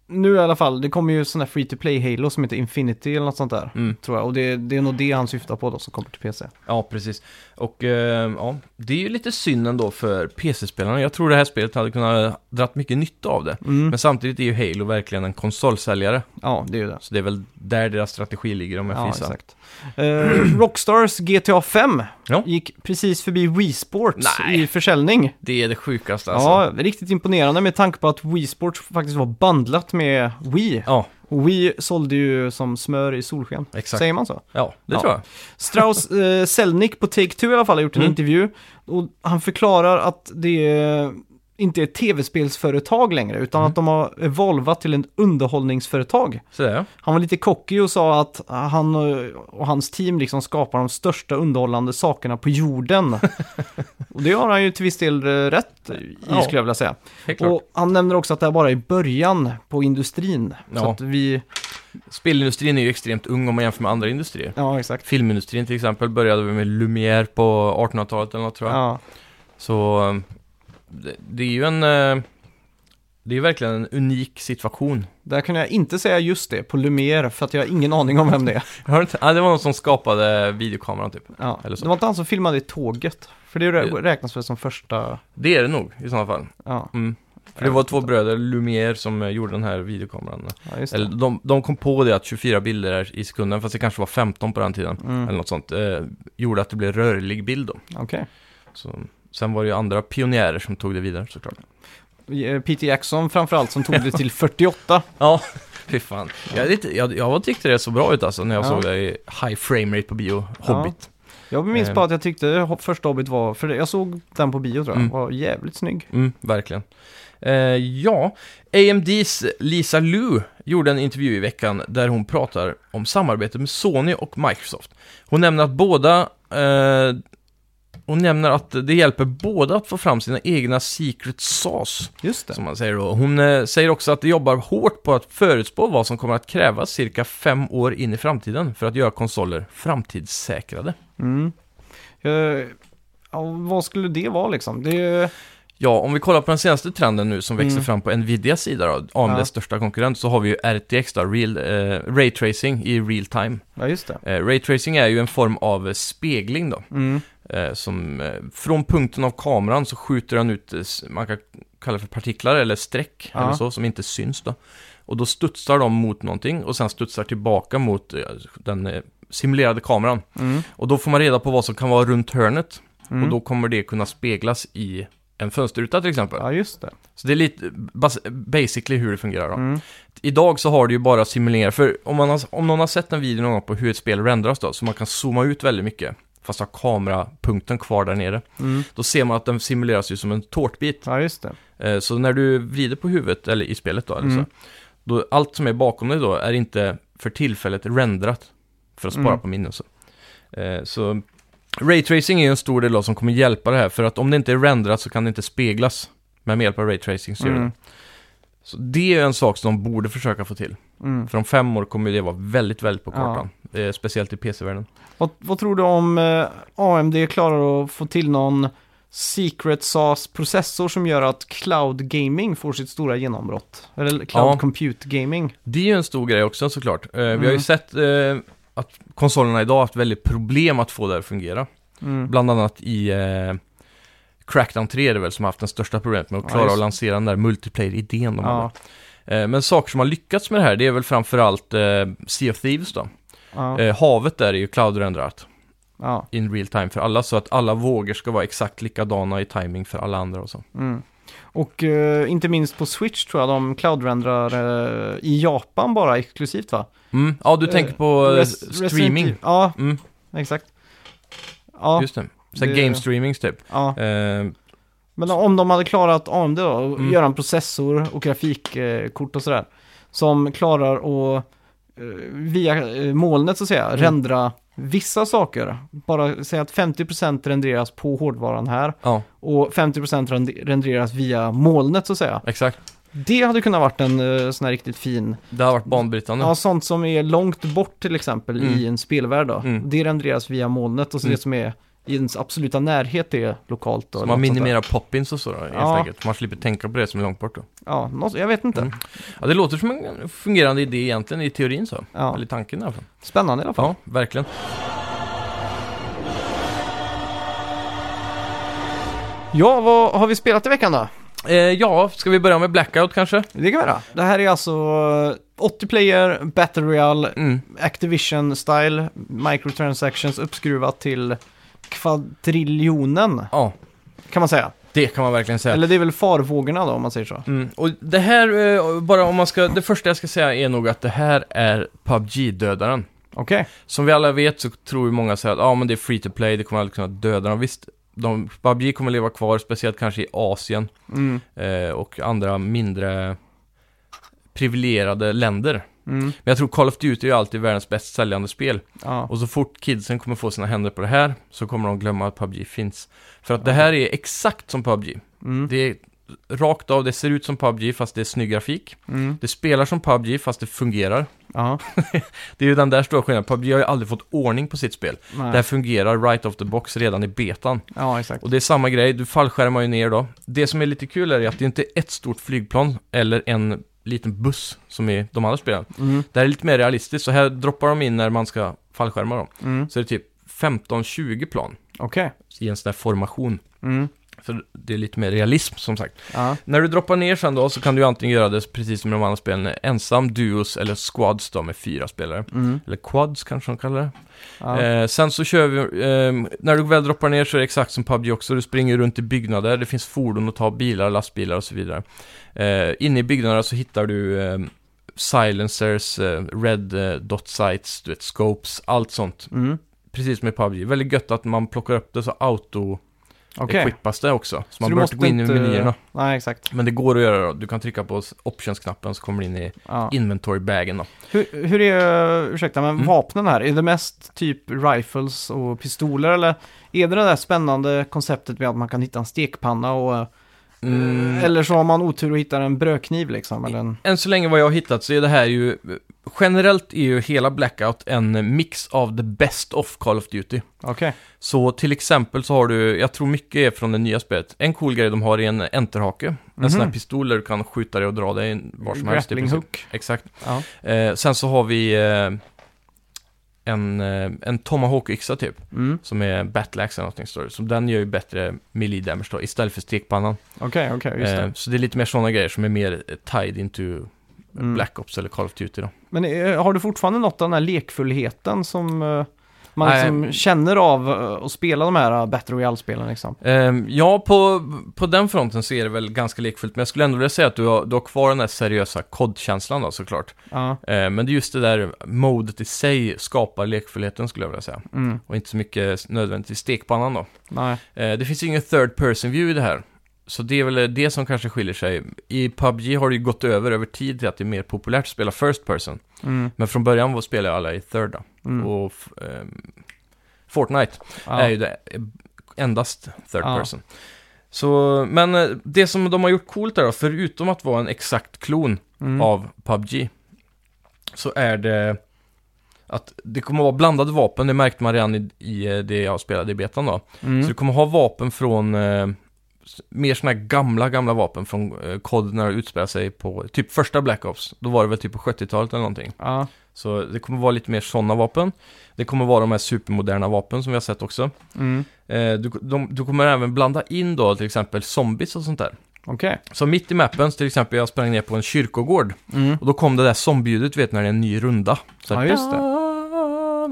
S1: nu i alla fall, det kommer ju sådana free to play Halo som heter Infinity eller något sånt där.
S2: Mm.
S1: Tror jag, och det, det är nog det han syftar på då som kommer till PC.
S2: Ja, precis. Och eh, ja, det är ju lite synd ändå för PC-spelarna. Jag tror det här spelet hade kunnat drat mycket nytta av det.
S1: Mm.
S2: Men samtidigt är ju Halo verkligen en konsolsäljare.
S1: Ja, det är ju det.
S2: Så det är väl där deras strategi ligger om jag
S1: Ja,
S2: får gissa.
S1: exakt. Eh, Rockstars GTA 5
S2: Ja.
S1: gick precis förbi Wii Sports
S2: Nej.
S1: i försäljning.
S2: Det är det sjukaste alltså. Ja.
S1: Ja, riktigt imponerande med tanke på att Wii Sports faktiskt var bandlat med Wii. Och Wii sålde ju som smör i solsken.
S2: Exakt.
S1: Säger man så?
S2: Ja, det
S1: Ja.
S2: tror jag.
S1: Strauss eh, Selnick på Take-Two i alla fall har gjort en
S2: Mm.
S1: intervju. Och han förklarar att det eh, inte är ett tv-spelsföretag längre, utan
S2: Mm.
S1: att de har evolvat till ett underhållningsföretag.
S2: Sådär ja.
S1: Han var lite cocky och sa att han eh, och hans team liksom skapar de största underhållande sakerna på jorden. och det har han ju till viss del eh, rätt i,
S2: Ja.
S1: skulle jag vilja säga.
S2: Helt klart.
S1: Och han nämner också att det här bara är början på industrin. Så
S2: Ja.
S1: att vi,
S2: Spelindustrin är ju extremt ung om man jämför med andra industrier.
S1: ja exakt.
S2: Filmindustrin till exempel började väl med Lumière på 1800-talet eller något tror jag.
S1: Ja,
S2: Så eh, det, det är ju en... eh, Det är ju verkligen en unik situation.
S1: där kunde jag inte säga just det på Lumière för att jag har ingen aning om vem det är.
S2: Har du inte? Ja, det var någon som skapade videokameran typ.
S1: Ja.
S2: Eller så.
S1: Det var inte han som filmade i tåget. För det rä- räknas väl som första,
S2: Det är det nog i sådana fall.
S1: ja,
S2: Mm. För det
S1: Jag
S2: var
S1: vet
S2: två bröder, Lumière, som eh, gjorde den här videokameran.
S1: ja just
S2: Eller
S1: det.
S2: de, de kom på det att 24 bilder är i sekunden, fast det kanske var 15 på den tiden. Eller
S1: Mm,
S2: något sånt. Eh, gjorde att det blev rörlig bild då.
S1: Okej.
S2: Så, sen var det ju andra pionjärer som tog det vidare såklart.
S1: Eh, Peter Jackson framförallt som tog det till 48.
S2: Ja, fy fan. Jag, är lite, jag, jag tyckte det så bra ut alltså när jag
S1: Ja.
S2: såg det i high frame rate på bio, Hobbit.
S1: Jag minns
S2: Eh.
S1: bara att jag tyckte ho- första Hobbit var, för det- jag såg den på bio tror jag,
S2: Mm.
S1: var jävligt snygg.
S2: Mm, verkligen. Eh, ja, AMDs Lisa Lu gjorde en intervju i veckan där hon pratar om samarbete med Sony och Microsoft. Hon nämner att båda eh, och nämner att det hjälper båda att få fram sina egna secret sauce,
S1: Just det.
S2: som man säger då. Hon eh, säger också att de jobbar hårt på att förutspå vad som kommer att krävas cirka fem år in i framtiden för att göra konsoler framtidssäkrade.
S1: Mm. Eh, ja, vad skulle det vara liksom? Det är
S2: Ja, om vi kollar på den senaste trenden nu som växer
S1: Mm.
S2: fram på Nvidias sida då, AMDs
S1: Ja.
S2: största konkurrent, så har vi ju RTX då, real, eh, Ray Tracing i real time.
S1: ja just det.
S2: Eh, Ray Tracing är ju en form av eh, spegling då,
S1: Mm.
S2: eh, som eh, från punkten av kameran så skjuter den ut, eh, s- man kan kalla det för partiklar eller streck
S1: Ja.
S2: eller så, som inte syns då. Och då studsar de mot någonting och sen studsar tillbaka mot eh, den eh, simulerade kameran.
S1: Mm.
S2: Och då får man reda på vad som kan vara runt hörnet
S1: Mm.
S2: och då kommer det kunna speglas i en fönsterruta till exempel.
S1: Ja just det.
S2: Så det är lite bas- basically hur det fungerar då.
S1: Mm.
S2: Idag så har du ju bara simuleringar, för om, man har, om någon har sett en video någon gång på hur ett spel renderas då, så man kan zooma ut väldigt mycket, fast ha kamerapunkten kvar där nere,
S1: Mm.
S2: då ser man att den simuleras ju som en tårtbit.
S1: Ja just det.
S2: Eh, Så när du vrider på huvudet, eller i spelet då, eller
S1: Mm.
S2: så, då allt som är bakom dig då är inte för tillfället renderat, för att spara
S1: Mm.
S2: på minnen så. Eh, Så Raytracing är ju en stor del av som kommer hjälpa det här, för att om det inte är renderat så kan det inte speglas. Men med hjälp av Raytracing så gör det
S1: Mm.
S2: så det är ju en sak som de borde försöka få till.
S1: Mm.
S2: För om fem år kommer ju det vara väldigt, väldigt på
S1: Ja.
S2: kartan. Eh, Speciellt i PC-världen.
S1: Vad, vad tror du om eh, AMD klarar att få till någon Secret Sauce-processor som gör att Cloud Gaming får sitt stora genombrott? Eller Cloud
S2: Ja.
S1: Compute Gaming?
S2: Det är ju en stor grej också såklart. Eh, Vi har ju
S1: Mm.
S2: sett eh, att konsolerna idag har haft väldigt problem att få det att fungera.
S1: Mm.
S2: Bland annat i eh, Crackdown 3 är det väl som har haft den största problemet med att
S1: Ja,
S2: klara
S1: just
S2: att lansera den där multiplayer-idén de
S1: Ja,
S2: hade. Eh, Men saker som har lyckats med det här, det är väl framförallt eh, Sea of Thieves då.
S1: ja,
S2: Eh, Havet där är ju cloud-renderat
S1: ja.
S2: in real time för alla, så att alla vågor ska vara exakt likadana i timing för alla andra och så.
S1: Mm. Och eh, inte minst på Switch tror jag de cloud-rendrar eh, i Japan bara exklusivt va?
S2: Mm. Ja, du tänker på eh,
S1: Res- Resident
S2: streaming.
S1: Evil- Ja,
S2: Mm,
S1: exakt. Ja,
S2: just det. Så
S1: det-
S2: game streamings typ.
S1: ja,
S2: Eh,
S1: men om de hade klarat AMD då, och
S2: Mm.
S1: göra en processor och grafikkort och sådär, som klarar att eh, via eh, molnet så att
S2: Mm.
S1: säga, rendra vissa saker. Bara säga att 50% renderas på hårdvaran här
S2: ja,
S1: och 50% rend- renderas via molnet så att säga.
S2: exakt.
S1: Det hade kunnat varit en eh, sån här riktigt fin
S2: Det har varit banbrytande.
S1: Ja, sånt som är långt bort till exempel
S2: Mm.
S1: i en spelvärld då.
S2: Mm.
S1: Det renderas via molnet och så
S2: Mm.
S1: det som är i ens absoluta närhet är lokalt. Då,
S2: Så
S1: eller
S2: man
S1: något sånt där.
S2: minimerar poppins och så då, helt
S1: Ja.
S2: enkelt. Man slipper tänka på det som är långt bort då.
S1: Ja, något, jag vet inte.
S2: Mm. Ja, det låter som en fungerande idé egentligen i teorin så.
S1: Ja.
S2: Eller i tanken i alla fall.
S1: Spännande i alla fall.
S2: Ja, verkligen.
S1: Ja. vad har vi spelat i veckan då?
S2: Eh, ja, ska vi börja med Blackout kanske?
S1: Det kan vi göra. Det här är alltså eh, 80 player, Battle Royale,
S2: Mm.
S1: Activision-style, microtransactions uppskruvat till kvadriljonen
S2: Ja,
S1: kan man säga.
S2: det kan man verkligen säga.
S1: Eller det är väl farvågorna då om man säger så.
S2: Mm. Och det här, eh, bara om man ska, det första jag ska säga är nog att det här är PubG-dödaren.
S1: Okej.
S2: Som vi alla vet så tror ju många så här att ah, men det är free to play, det kommer aldrig kunna döda dem. Visst, de, PubG kommer leva kvar, speciellt kanske i Asien
S1: Mm.
S2: eh, och andra mindre privilegierade länder. Men
S1: Mm.
S2: jag tror Call of Duty är ju alltid världens bäst säljande spel.
S1: Ja.
S2: Och så fort kidsen kommer få sina händer på det här så kommer de glömma att PubG finns. För att det här är exakt som PubG.
S1: Mm.
S2: Det är rakt av, det ser ut som PubG fast det är snygg grafik.
S1: Mm.
S2: Det spelar som PubG fast det fungerar.
S1: Ja.
S2: Det är ju den där stora skillnaden. PubG har ju aldrig fått ordning på sitt spel.
S1: Nej.
S2: Där fungerar right off the box redan i betan.
S1: Ja, exakt.
S2: Och det är samma grej, du fallskärmar ju ner då. Det som är lite kul är att det inte är ett stort flygplan eller en liten buss som i de andra spelen.
S1: Mm.
S2: Det här är lite mer realistiskt, så här droppar de in när man ska fallskärma dem.
S1: Mm.
S2: Så det är typ 15-20 plan
S1: Okej.
S2: i en sån där formation.
S1: Mm.
S2: För det är lite mer realism som sagt.
S1: Ja.
S2: När du droppar ner sen då så kan du ju antingen göra det precis som i de andra spelen, ensam, duos eller squads då med fyra spelare.
S1: Mm.
S2: Eller quads kanske de kallar det.
S1: Ja.
S2: Eh, sen så kör vi, ehm, när du väl droppar ner så är det exakt som PubG också, du springer runt i byggnader, det finns fordon att ta, bilar, lastbilar och så vidare. Eh, inne i byggnaderna så hittar du ehm, silencers, eh, red eh, dot sights, du vet, scopes, allt sånt.
S1: Mm.
S2: Precis som i PubG, väldigt gött att man plockar upp det så auto
S1: Okej.
S2: equippas det också. Så man
S1: du
S2: behöver inte gå in i menyerna.
S1: Nej, exakt.
S2: Men det går att göra då. Du kan trycka på options-knappen så kommer du in i
S1: Ja.
S2: inventory-bagen då.
S1: Hur, hur är, ursäkta, men
S2: Mm.
S1: vapnen här, är det mest typ rifles och pistoler eller är det det där spännande konceptet med att man kan hitta en stekpanna och... eh,
S2: Mm.
S1: Eller så har man otur och hittar en brödkniv liksom, eller en...
S2: Än så länge vad jag har hittat så är det här ju... Generellt är ju hela Blackout en mix av the best of Call of Duty.
S1: Okej.
S2: Så till exempel så har du, jag tror mycket är från det nya spelet. En cool grej de har är en enterhake. En sån här
S1: Mhm.
S2: pistol där du kan skjuta dig och dra dig var som helst. typ i
S1: Grappling
S2: princip.
S1: hook.
S2: Exakt.
S1: Ja.
S2: Eh, sen så har vi eh, en, eh, en Tomahawk-yxa typ.
S1: Mm.
S2: Som är battleaxe eller någonting står det. Så den gör ju bättre melee damage då, istället för stekpannan.
S1: Okej, okej, just det.
S2: Eh, så det är lite mer sådana grejer som är mer eh, tied into
S1: Mm.
S2: Black Ops eller Call of Duty då.
S1: Men eh, har du fortfarande något av den här lekfullheten som eh, man
S2: Nej.
S1: liksom känner av eh, att spela de här eh, Battle Royale-spelen liksom?
S2: Ehm, ja, på, på den fronten så är det väl ganska lekfullt, men jag skulle ändå vilja säga att du har, du har kvar den här seriösa kodkänslan då såklart.
S1: Ja.
S2: Ehm, men det är just det där modet i sig skapar lekfullheten skulle jag vilja säga.
S1: Mm.
S2: Och inte så mycket nödvändigtvis stekpannan då.
S1: Nej.
S2: Ehm, det finns ju ingen third person view i det här. Så det är väl det som kanske skiljer sig. I PubG har det ju gått över över tid till att det är mer populärt att spela first person.
S1: Mm.
S2: Men från början var spelade alla i third då.
S1: Mm.
S2: Och f- ehm, Fortnite
S1: Ja.
S2: är ju det endast third
S1: Ja.
S2: person. Så, men eh, det som de har gjort coolt där då, förutom att vara en exakt klon
S1: Mm.
S2: av PubG, så är det att det kommer att vara blandade vapen, det märkte man redan i, i eh, det jag spelade i betan då. Så
S1: Mm.
S2: du kommer ha vapen från eh, s- mer sådana här gamla, gamla vapen från eh, COD när det utspelar sig på typ första Black Ops. Då var det väl typ på 70-talet eller någonting.
S1: Ja.
S2: Så det kommer vara lite mer sådana vapen. Det kommer vara de här supermoderna vapen som vi har sett också.
S1: Mm.
S2: Eh, du, de, du kommer även blanda in då till exempel zombies och sånt där.
S1: Okej.
S2: Så mitt i mappen, så till exempel jag sprang ner på en kyrkogård
S1: Mm.
S2: och då kom det där zombieljudet, vet när det är en ny runda. Så
S1: Ja, just det.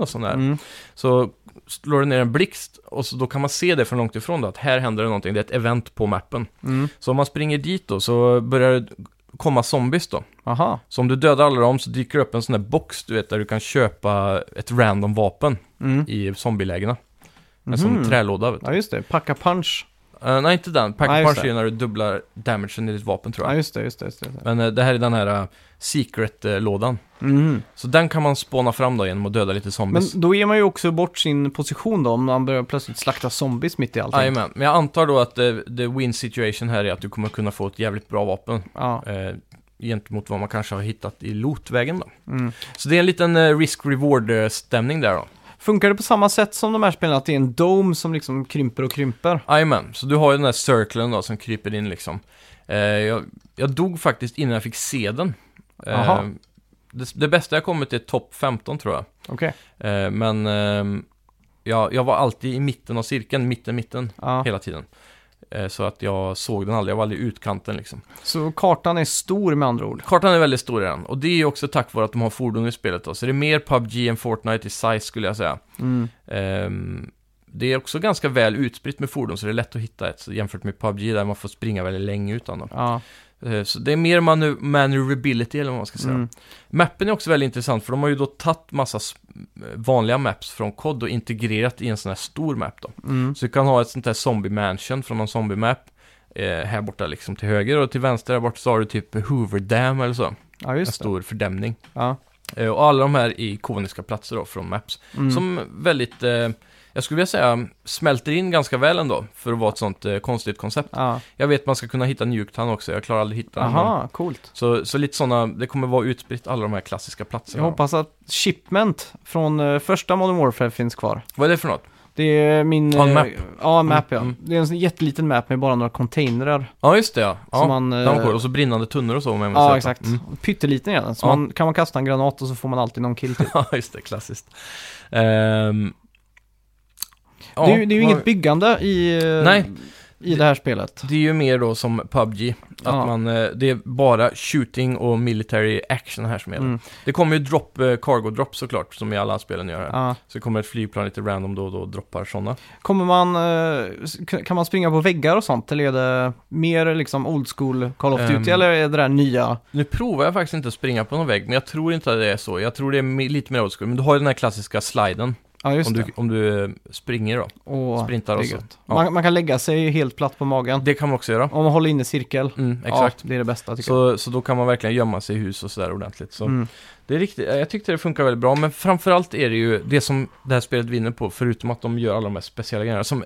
S2: Och sånt där.
S1: Mm.
S2: Så slår du ner en blixt och så, då kan man se det från långt ifrån då, att här händer det någonting, det är ett event på mappen.
S1: Mm.
S2: Så om man springer dit då så börjar det komma zombies då.
S1: Aha.
S2: Så om du dödar alla dem så dyker det upp en sån där box, du vet, där du kan köpa ett random vapen
S1: Mm.
S2: i zombielägena. En sån
S1: Mhm.
S2: trälåda, vet du.
S1: Ja, just det. Packa punch.
S2: Eh, nej, inte den.
S1: Nej,
S2: Pack
S1: just
S2: punch är
S1: det.
S2: ju när du dubblar damagen i ditt vapen tror
S1: Ja,
S2: jag.
S1: just det, just det. Just det.
S2: Men eh, det här är den här eh, secret-lådan.
S1: Mm.
S2: Så den kan man spåna fram då genom att döda lite
S1: Men
S2: zombies.
S1: då ger man ju också bort sin position då, om man börjar plötsligt slakta zombies mitt i allting.
S2: Jajamän, men jag antar då att eh, the win situation här är att du kommer kunna få ett jävligt bra vapen.
S1: Ja.
S2: Eh, gentemot vad man kanske har hittat i lootvägen då.
S1: Mm.
S2: Så det är en liten eh, risk-reward-stämning där då.
S1: Funkar det på samma sätt som de här spelen, att det är en dome som liksom krymper och krymper?
S2: Jajamän, så du har ju den här cirkeln då som kryper in liksom. Eh, jag, jag dog faktiskt innan jag fick se den. Eh,
S1: Aha.
S2: det, det bästa jag kommit är topp 15 tror jag.
S1: Okej.
S2: Eh, men eh, jag, jag var alltid i mitten av cirkeln, mitten, mitten,
S1: Ja.
S2: hela tiden. Eh, så att jag såg den aldrig, jag var aldrig i utkanten liksom.
S1: Så kartan är stor med andra ord.
S2: Kartan är väldigt stor i den, och det är ju också tack vare att de har fordon i spelet då. Så det är mer PubG än Fortnite i size skulle jag säga.
S1: Mm.
S2: Ehm, det är också ganska väl utspritt med fordon, så det är lätt att hitta ett. Så Jämfört med PubG där man får springa väldigt länge utan dem.
S1: Ja.
S2: Eh, Så det är mer manu- manövrability eller vad man ska säga.
S1: Mm.
S2: Mappen är också väldigt intressant för de har ju då tagit massa s- vanliga maps från COD och integrerat i en sån här stor map då.
S1: Mm.
S2: Så du kan ha ett sånt här zombie mansion från någon zombie map. Eh, här borta liksom till höger och till vänster här borta så har du typ Hoover Dam eller så.
S1: ja,
S2: En
S1: just det.
S2: stor fördämning.
S1: Ja.
S2: Eh, och alla de här är ikoniska platser då från maps.
S1: Mm.
S2: Som väldigt, eh, jag skulle vilja säga smälter in ganska väl ändå. För att vara ett sånt eh, konstigt koncept.
S1: Ja.
S2: Jag vet man ska kunna hitta Nuketown också, jag klarar aldrig hitta den, men-
S1: Aha, coolt.
S2: så, så lite sådana, det kommer vara utspritt alla de här klassiska
S1: Jag
S2: platserna.
S1: hoppas att Shipment från eh, första Modern Warfare finns kvar.
S2: Vad är det för något?
S1: Det är min...
S2: Ja, en
S1: eh,
S2: map.
S1: Ja, en map ja.
S2: Mm,
S1: Det är en sån jätteliten map med bara några containrar.
S2: Ja, just det ja.
S1: som
S2: ja.
S1: man... eh,
S2: Man... Och så brinnande tunnor och så om jag minns
S1: ja,
S2: rätt.
S1: exakt.
S2: Mm.
S1: Pytteliten är den. Så
S2: Ja.
S1: man, kan man kasta en granat och så får man alltid någon kill till.
S2: Ja, just det. Klassiskt. Ehm, ja,
S1: det är ju, det är ju
S2: vad-
S1: inget byggande i, eh,
S2: Nej.
S1: i det här spelet.
S2: Det är ju mer då som PubG, att
S1: Ja.
S2: man, eh, det är bara shooting och military action här som gäller.
S1: Mm.
S2: Det kommer ju drop, eh, cargo drop såklart, som i alla spelen gör här.
S1: Ja.
S2: Så kommer ett flygplan lite random då och då och droppar sådana.
S1: Kommer man, eh, s- k- kan man springa på väggar och sånt? Eller är det mer liksom old school Call of Duty?
S2: Ehm.
S1: eller är det där nya?
S2: Nu provar jag faktiskt inte att springa på någon vägg, men jag tror inte att det är så. Jag tror det är mi- lite mer old school, men du har ju den här klassiska sliden.
S1: Ja, just
S2: Om du,
S1: det.
S2: om du eh, springer då.
S1: Åh,
S2: Sprintar
S1: det är
S2: och så.
S1: gött.
S2: Ja.
S1: Man, man kan lägga sig helt platt på magen.
S2: Det kan man också göra.
S1: Om man håller inne cirkel.
S2: Mm, exakt.
S1: Ja, det är det bästa tycker
S2: Så, så då kan man verkligen gömma sig i hus och sådär ordentligt. Så
S1: jag. Mm.
S2: det är riktigt, jag tyckte det funkar väldigt bra, men framförallt är det ju det som det här spelet vinner på, förutom att de gör alla de här speciella grejerna. Som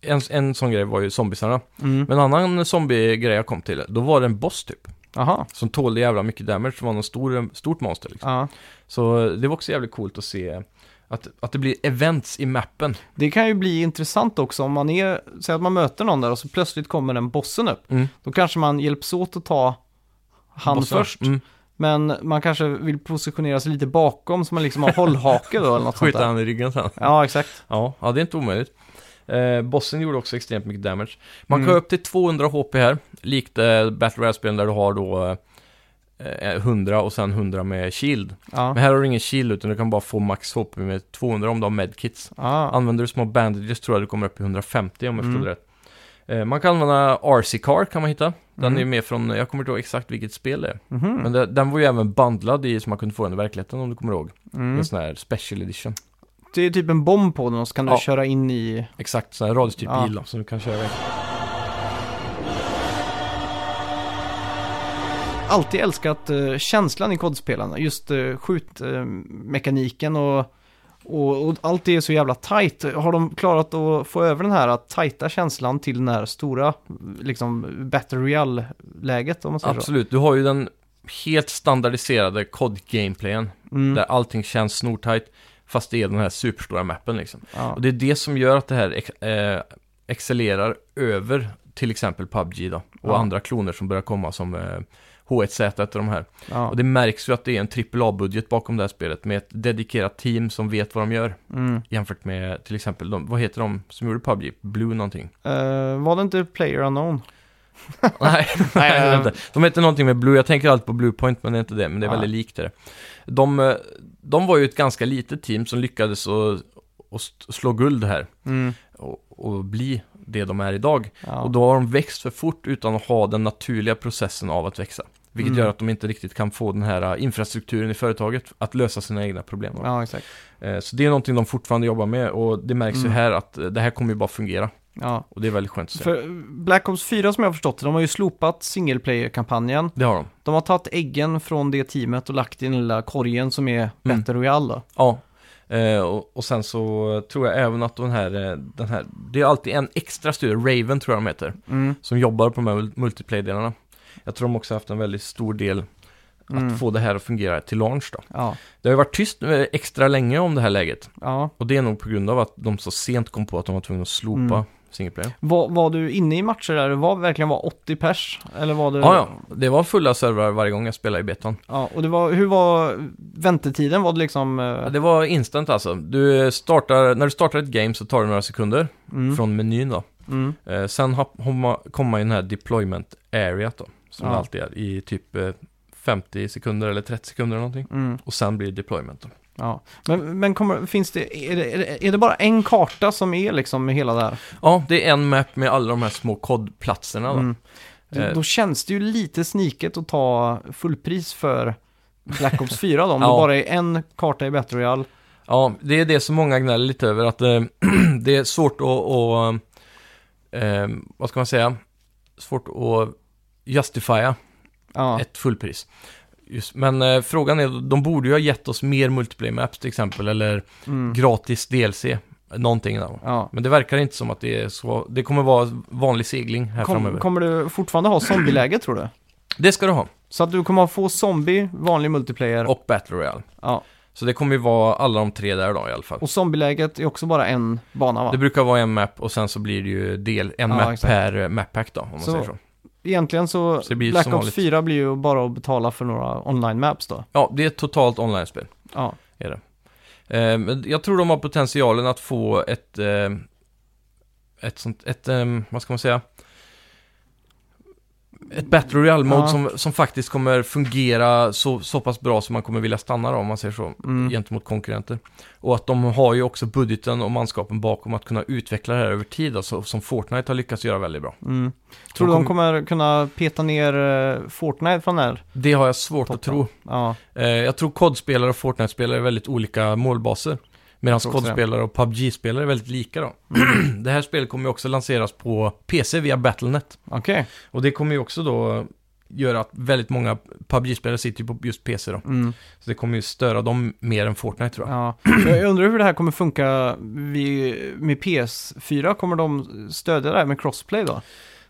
S2: en, en sån grej var ju zombiesarna.
S1: Mm.
S2: Men en annan zombiegrej jag kom till, då var det en boss typ.
S1: Aha.
S2: Som tålde jävla mycket damage, som var något stor, stort monster liksom.
S1: Ja.
S2: Så det var också jävligt coolt att se att, att det blir events i mappen.
S1: Det kan ju bli intressant också om man är, säg att man möter någon där och så plötsligt kommer den bossen upp.
S2: Mm.
S1: Då kanske man hjälps åt att ta han
S2: Bossarna.
S1: först.
S2: Mm.
S1: Men man kanske vill positionera sig lite bakom så man liksom har hållhake då eller något sånt
S2: Skjuta
S1: där.
S2: han i ryggen sen.
S1: Ja, exakt.
S2: Ja, ja, det är inte omöjligt. Eh, bossen gjorde också extremt mycket damage. Man kan
S1: Mm.
S2: ha upp till 200 HP här, likt eh, Battle Royale-spelen där du har då eh, 100 och sen 100 med shield.
S1: Ja.
S2: Men här har du ingen shield utan du kan bara få max HP med 200 om du har medkits.
S1: Ja.
S2: Använder du små bandages tror jag du kommer upp i 150 om jag
S1: Mm.
S2: förstod det rätt. Eh, man kan använda RC-car kan man hitta. Den
S1: Mm.
S2: är ju med från, jag kommer inte ihåg exakt vilket spel det är.
S1: Mhm.
S2: Men det, den var ju även bandlad i, som man kunde få den i verkligheten om du kommer ihåg.
S1: Mm.
S2: En sån här special edition.
S1: Det är typ en bomb på den och så kan du
S2: Ja.
S1: köra in i...
S2: Exakt, sån här radiostyr
S1: Ja.
S2: bil då, som du kan köra iväg.
S1: Alltid älskat eh, känslan i kodspelen, just uh, skjutmekaniken och, och, och allt det är så jävla tajt. Har de klarat att få över den här eh, tajta känslan till den här stora, liksom, battle royale-läget om man säger
S2: Absolut, du har ju den helt standardiserade COD-gameplayen.
S1: så? Mm.
S2: Där allting känns snortajt, fast det är den här superstora mappen liksom.
S1: Ja.
S2: Och det är det som gör att det här ex- eh, excellerar över till exempel PubG då. Och
S1: Ja.
S2: andra kloner som börjar komma som eh, H1Z och de här.
S1: Ja.
S2: Och det märks ju att det är en AAA-budget bakom det här spelet med ett dedikerat team som vet vad de gör.
S1: Mm.
S2: Jämfört med till exempel de, vad heter de som gjorde PubG? Blue någonting?
S1: Eh, var det inte Player Unknown?
S2: Nej, nej,
S1: Nej,
S2: det är inte. De heter någonting med Blue, jag tänker alltid på Bluepoint men det är inte det, men det är
S1: Nej.
S2: väldigt likt det. De, eh, de var ju ett ganska litet team som lyckades att, att st- slå guld här
S1: Mm.
S2: och, och bli det de är idag.
S1: Ja.
S2: Och då har de växt för fort utan att ha den naturliga processen av att växa. Vilket
S1: Mm.
S2: gör att de inte riktigt kan få den här eh, infrastrukturen i företaget att lösa sina egna problem.
S1: ja, exakt.
S2: Eh, Så det är någonting de fortfarande jobbar med och det märks
S1: Mm.
S2: ju här att eh, det här kommer ju bara fungera.
S1: Ja.
S2: Och det är väldigt skönt att se.
S1: För Black Ops 4 som jag har förstått det, de har ju slopat single player-kampanjen.
S2: Det har de.
S1: De har tagit äggen från det teamet och lagt i den lilla korgen som är
S2: Mm.
S1: Battle Royale då.
S2: Ja, eh, och, och sen så tror jag även att den här, eh, den här, det är alltid en extra studio, Raven tror jag de heter,
S1: Mm.
S2: som jobbar på de här mul- multiplayer-delarna. Jag tror de också haft en väldigt stor del
S1: Mm.
S2: att få det här att fungera till launch då.
S1: Ja.
S2: Det har ju varit tyst eh, extra länge om det här läget
S1: ja.
S2: och det är nog på grund av att de så sent kom på att de var tvungna att slopa
S1: Mm.
S2: single player.
S1: Var, var du inne i matcher där det var, verkligen var 80 pers? Eller var det...
S2: Ja, ja, det var fulla servrar varje gång jag spelade i betan.
S1: Ja, och det var, hur var väntetiden? Var det liksom... eh,
S2: Ja, det var instant alltså. Du startar, när du startar ett game så tar det några sekunder
S1: mm,
S2: från menyn då.
S1: mm,
S2: Eh, sen ha- homma- kommer man i den här deployment area då, som
S1: Ja.
S2: det alltid är, i typ eh, 50 sekunder eller 30 sekunder eller någonting.
S1: mm,
S2: Och sen blir det deployment då.
S1: ja. Men, men kommer, finns det är, det, är det, är det bara en karta som är liksom med hela det här?
S2: Ja, det är en map med alla de här små kodplatserna då.
S1: Mm. Då,
S2: Eh.
S1: då känns det ju lite sniket att ta fullpris för Black Ops 4 då, om det
S2: Ja.
S1: bara är en karta i Battle Royale.
S2: Ja, det är det som många gnäller lite över, att eh, det är svårt att, att eh, vad ska man säga, svårt att justifiera
S1: Ja.
S2: ett fullpris. Just, men eh, frågan är, de borde ju ha gett oss mer multiplayer maps till exempel, eller
S1: Mm.
S2: gratis DLC, någonting där. va?
S1: Ja.
S2: Men det verkar inte som att det är så. Det kommer vara vanlig segling här
S1: Kom,
S2: framöver.
S1: kommer du fortfarande ha zombieläge tror du?
S2: Det ska du ha.
S1: Så att du kommer att få zombie, vanlig multiplayer
S2: Och Battle Royale.
S1: ja.
S2: Så det kommer ju vara alla de tre där då i alla fall.
S1: och zombieläget är också bara en bana va?
S2: Det brukar vara en map och sen så blir det ju del, en
S1: Ja,
S2: map
S1: exakt.
S2: per eh, map pack då, om man
S1: Så-
S2: säger så.
S1: Egentligen så,
S2: Så det blir
S1: Black
S2: som
S1: Ops
S2: vanligt.
S1: 4 blir ju bara att betala för några online maps då.
S2: Ja, det är ett totalt online-spel.
S1: Ja,
S2: Är det. Eh, men jag tror de har potentialen att få ett... Eh, ett sånt... Ett, eh, vad ska man säga? Ett Battle Royale-mode
S1: Ja.
S2: som, som faktiskt kommer fungera så, så pass bra som man kommer vilja stanna då, om man säger så.
S1: mm.
S2: gentemot konkurrenter. Och att de har ju också budgeten och manskapen bakom att kunna utveckla det här över tid, alltså, som Fortnite har lyckats göra väldigt bra.
S1: Mm. Tror du de kommer kunna peta ner eh, Fortnite från den här?
S2: Det har jag svårt att
S1: Toppen.
S2: tro.
S1: Ja,
S2: Eh, jag tror COD-spelare och Fortnite-spelare är väldigt olika målbaser. Medan
S1: Tråkigt det. Mm.
S2: kodspelare och PubG-spelare är väldigt lika då. det här spelet kommer ju också lanseras på PC via Battlenet.
S1: Okej.
S2: Och det kommer ju också då göra att väldigt många PubG-spelare sitter ju på just PC då.
S1: Mm.
S2: Så det kommer ju störa dem mer än Fortnite tror jag.
S1: Ja. Jag undrar hur det här kommer funka vid, med PS4. Kommer de stödja det här med crossplay då?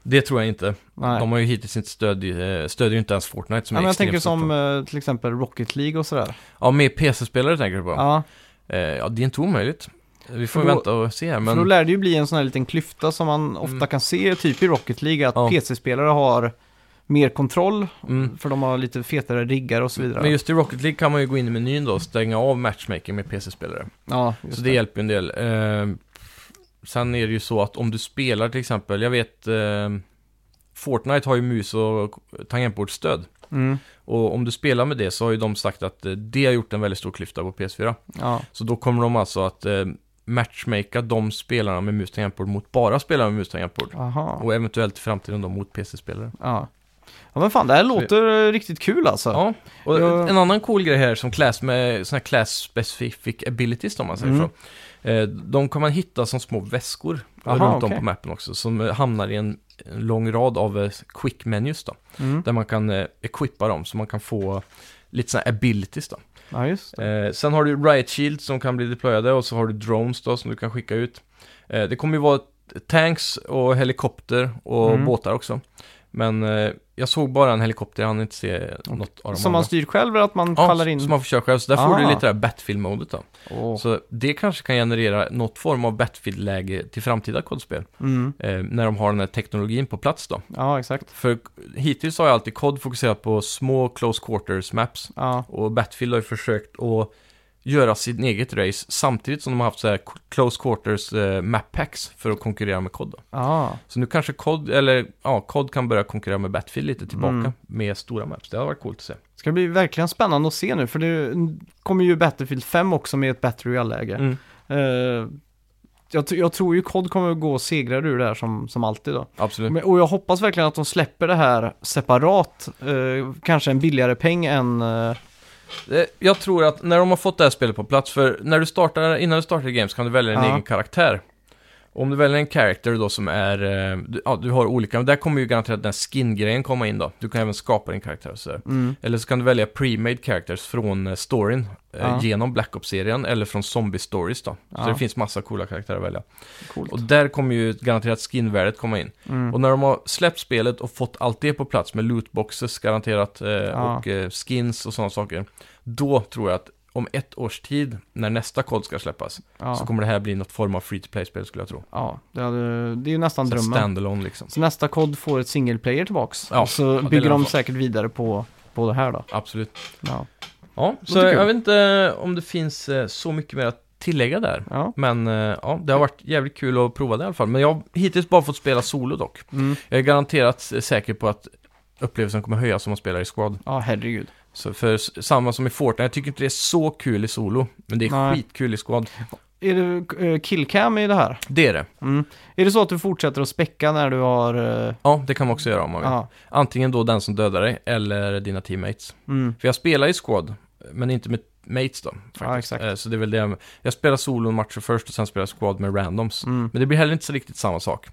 S2: Det tror jag inte.
S1: Nej.
S2: De har ju hittills inte stöd, eh, stödjer ju inte ens Fortnite som
S1: ja,
S2: är
S1: men jag
S2: extremt
S1: tänker som
S2: stort.
S1: eh, till exempel Rocket League och sådär.
S2: Ja, med PC-spelare tänker du på? Ja.
S1: Ja.
S2: ja, det är inte omöjligt. Vi får
S1: För då-
S2: vänta och se här,
S1: För då
S2: men...
S1: lär det ju bli en sån här liten klyfta som man ofta
S2: Mm.
S1: kan se typ i Rocket League att
S2: Ja.
S1: PC-spelare har mer kontroll
S2: Mm.
S1: för de har lite fetare riggar och så vidare.
S2: Men just i Rocket League kan man ju gå in i menyn då och stänga av matchmaking med PC-spelare.
S1: ja, just
S2: Så det hjälper ju en del. Eh, sen är det ju så att om du spelar till exempel, jag vet eh, Fortnite har ju mus och tangentbordsstöd.
S1: Mm.
S2: Och om du spelar med det så har ju de sagt att eh, det har gjort en väldigt stor klyfta på PS4.
S1: Ja.
S2: Så då kommer de alltså att eh, matchmaka de spelarna med mus och tangentbord mot bara spelare med mus och tangentbord.
S1: Aha.
S2: Och eventuellt i framtiden då mot PC-spelare.
S1: Ja. ja, men fan det här låter eh, riktigt kul alltså.
S2: Ja, och
S1: Ja.
S2: en annan cool grej här som class med såna här class specific abilities om man säger
S1: Mm.
S2: så. Eh, De kan man hitta som små väskor
S1: Aha,
S2: runt om
S1: okej.
S2: på mappen också som eh, hamnar i en en lång rad av eh, quick menus då.
S1: Mm.
S2: Där man kan eh, equippa dem så man kan få lite sådana abilities då.
S1: ja just det.
S2: Eh, sen har du riot shield som kan bli deployade och så har du drones då som du kan skicka ut. Eh, det kommer ju vara tanks och helikopter och
S1: Mm.
S2: båtar också. Men eh, jag såg bara en helikopter, jag hann inte se något av de
S1: Som man
S2: andra.
S1: styr själv eller att man
S2: Ja,
S1: kallar in?
S2: som man får köra själv. Så där får du
S1: Ah.
S2: lite det här Battlefield-modet då.
S1: Åh.
S2: Så det kanske kan generera något form av Battlefield-läge till framtida kodspel.
S1: Mm.
S2: Eh, när de har den här teknologin på plats då.
S1: Ja, exakt.
S2: För hittills har ju alltid kod fokuserat på små close quarters maps.
S1: Ja,
S2: Och Battlefield har ju försökt att göra sitt eget race samtidigt som de har haft så här close quarters eh, map packs för att konkurrera med kod då.
S1: ja.
S2: Så nu kanske kod, eller ja, kod kan börja konkurrera med Battlefield lite tillbaka
S1: Mm.
S2: med stora maps. Det har varit coolt att se.
S1: Det ska bli verkligen spännande att se nu, för det kommer ju Battlefield 5 också med ett Battle Royale-läge.
S2: Mm.
S1: Eh, jag, tr- jag tror ju COD kommer att gå segrare ur det här som, som alltid då.
S2: Absolut.
S1: Men, och jag hoppas verkligen att de släpper det här separat, eh, kanske en billigare peng än... eh,
S2: Eh, Jag tror att när de har fått det här spelet på plats, för när du startar, innan du startar games kan du välja din
S1: Ja.
S2: egen karaktär. Och Om du väljer en character då som är, eh, du, ja, du har olika, men där kommer ju garanterat den här skin-grejen komma in då. Du kan även skapa din karaktär och sådär.
S1: mm,
S2: Eller så kan du välja pre-made characters från eh, storyn, eh,
S1: Ja.
S2: genom Black Ops-serien, eller från Zombie Stories då.
S1: Ja.
S2: Så det finns massa coola karaktärer att välja.
S1: coolt.
S2: Och där kommer ju garanterat skinvärdet komma in.
S1: Mm.
S2: Och när de har släppt spelet och fått allt det på plats med lootboxes garanterat eh,
S1: Ja.
S2: och eh, skins och sådana saker. Då tror jag att om ett års tid, när nästa kod ska släppas, så
S1: ja,
S2: kommer det här bli något form av free to play-spel skulle jag tro.
S1: ja det, hade, det är ju nästan
S2: Så här
S1: drömmen.
S2: Standalone liksom.
S1: Så nästa COD får ett single player tillbaks.
S2: Ja,
S1: och så
S2: det
S1: bygger
S2: lär de
S1: de
S2: få.
S1: säkert vidare på, på det här då.
S2: Absolut.
S1: Ja.
S2: Ja, så
S1: Låter kul.
S2: jag vet inte om det finns eh, så mycket mer att tillägga där.
S1: ja.
S2: Men eh, ja, det har varit jävligt kul att prova det i alla fall. Men jag har hittills bara fått spela solo dock.
S1: Mm.
S2: Jag är garanterat eh, säker på att upplevelsen kommer höjas om man spelar i squad.
S1: Ja, herregud.
S2: Så för s- samma som i Fortnite, jag tycker inte det är så kul i solo, men det är
S1: Nej.
S2: skitkul i squad.
S1: Är det eh, killcam i det här?
S2: Det är det.
S1: Mm. Är det så att du fortsätter att späcka när du har... eh,
S2: Ja, det kan man också göra om man vill.
S1: Ja.
S2: Antingen då den som dödar dig, eller dina teammates.
S1: Mm.
S2: För jag spelar i squad, men inte med mates då. Faktiskt.
S1: Ja, exakt.
S2: Eh, Så det är väl det jag... Jag spelar solo-matcher först och sen spelar jag squad med randoms.
S1: Mm.
S2: Men det blir heller inte så riktigt samma sak. Eh,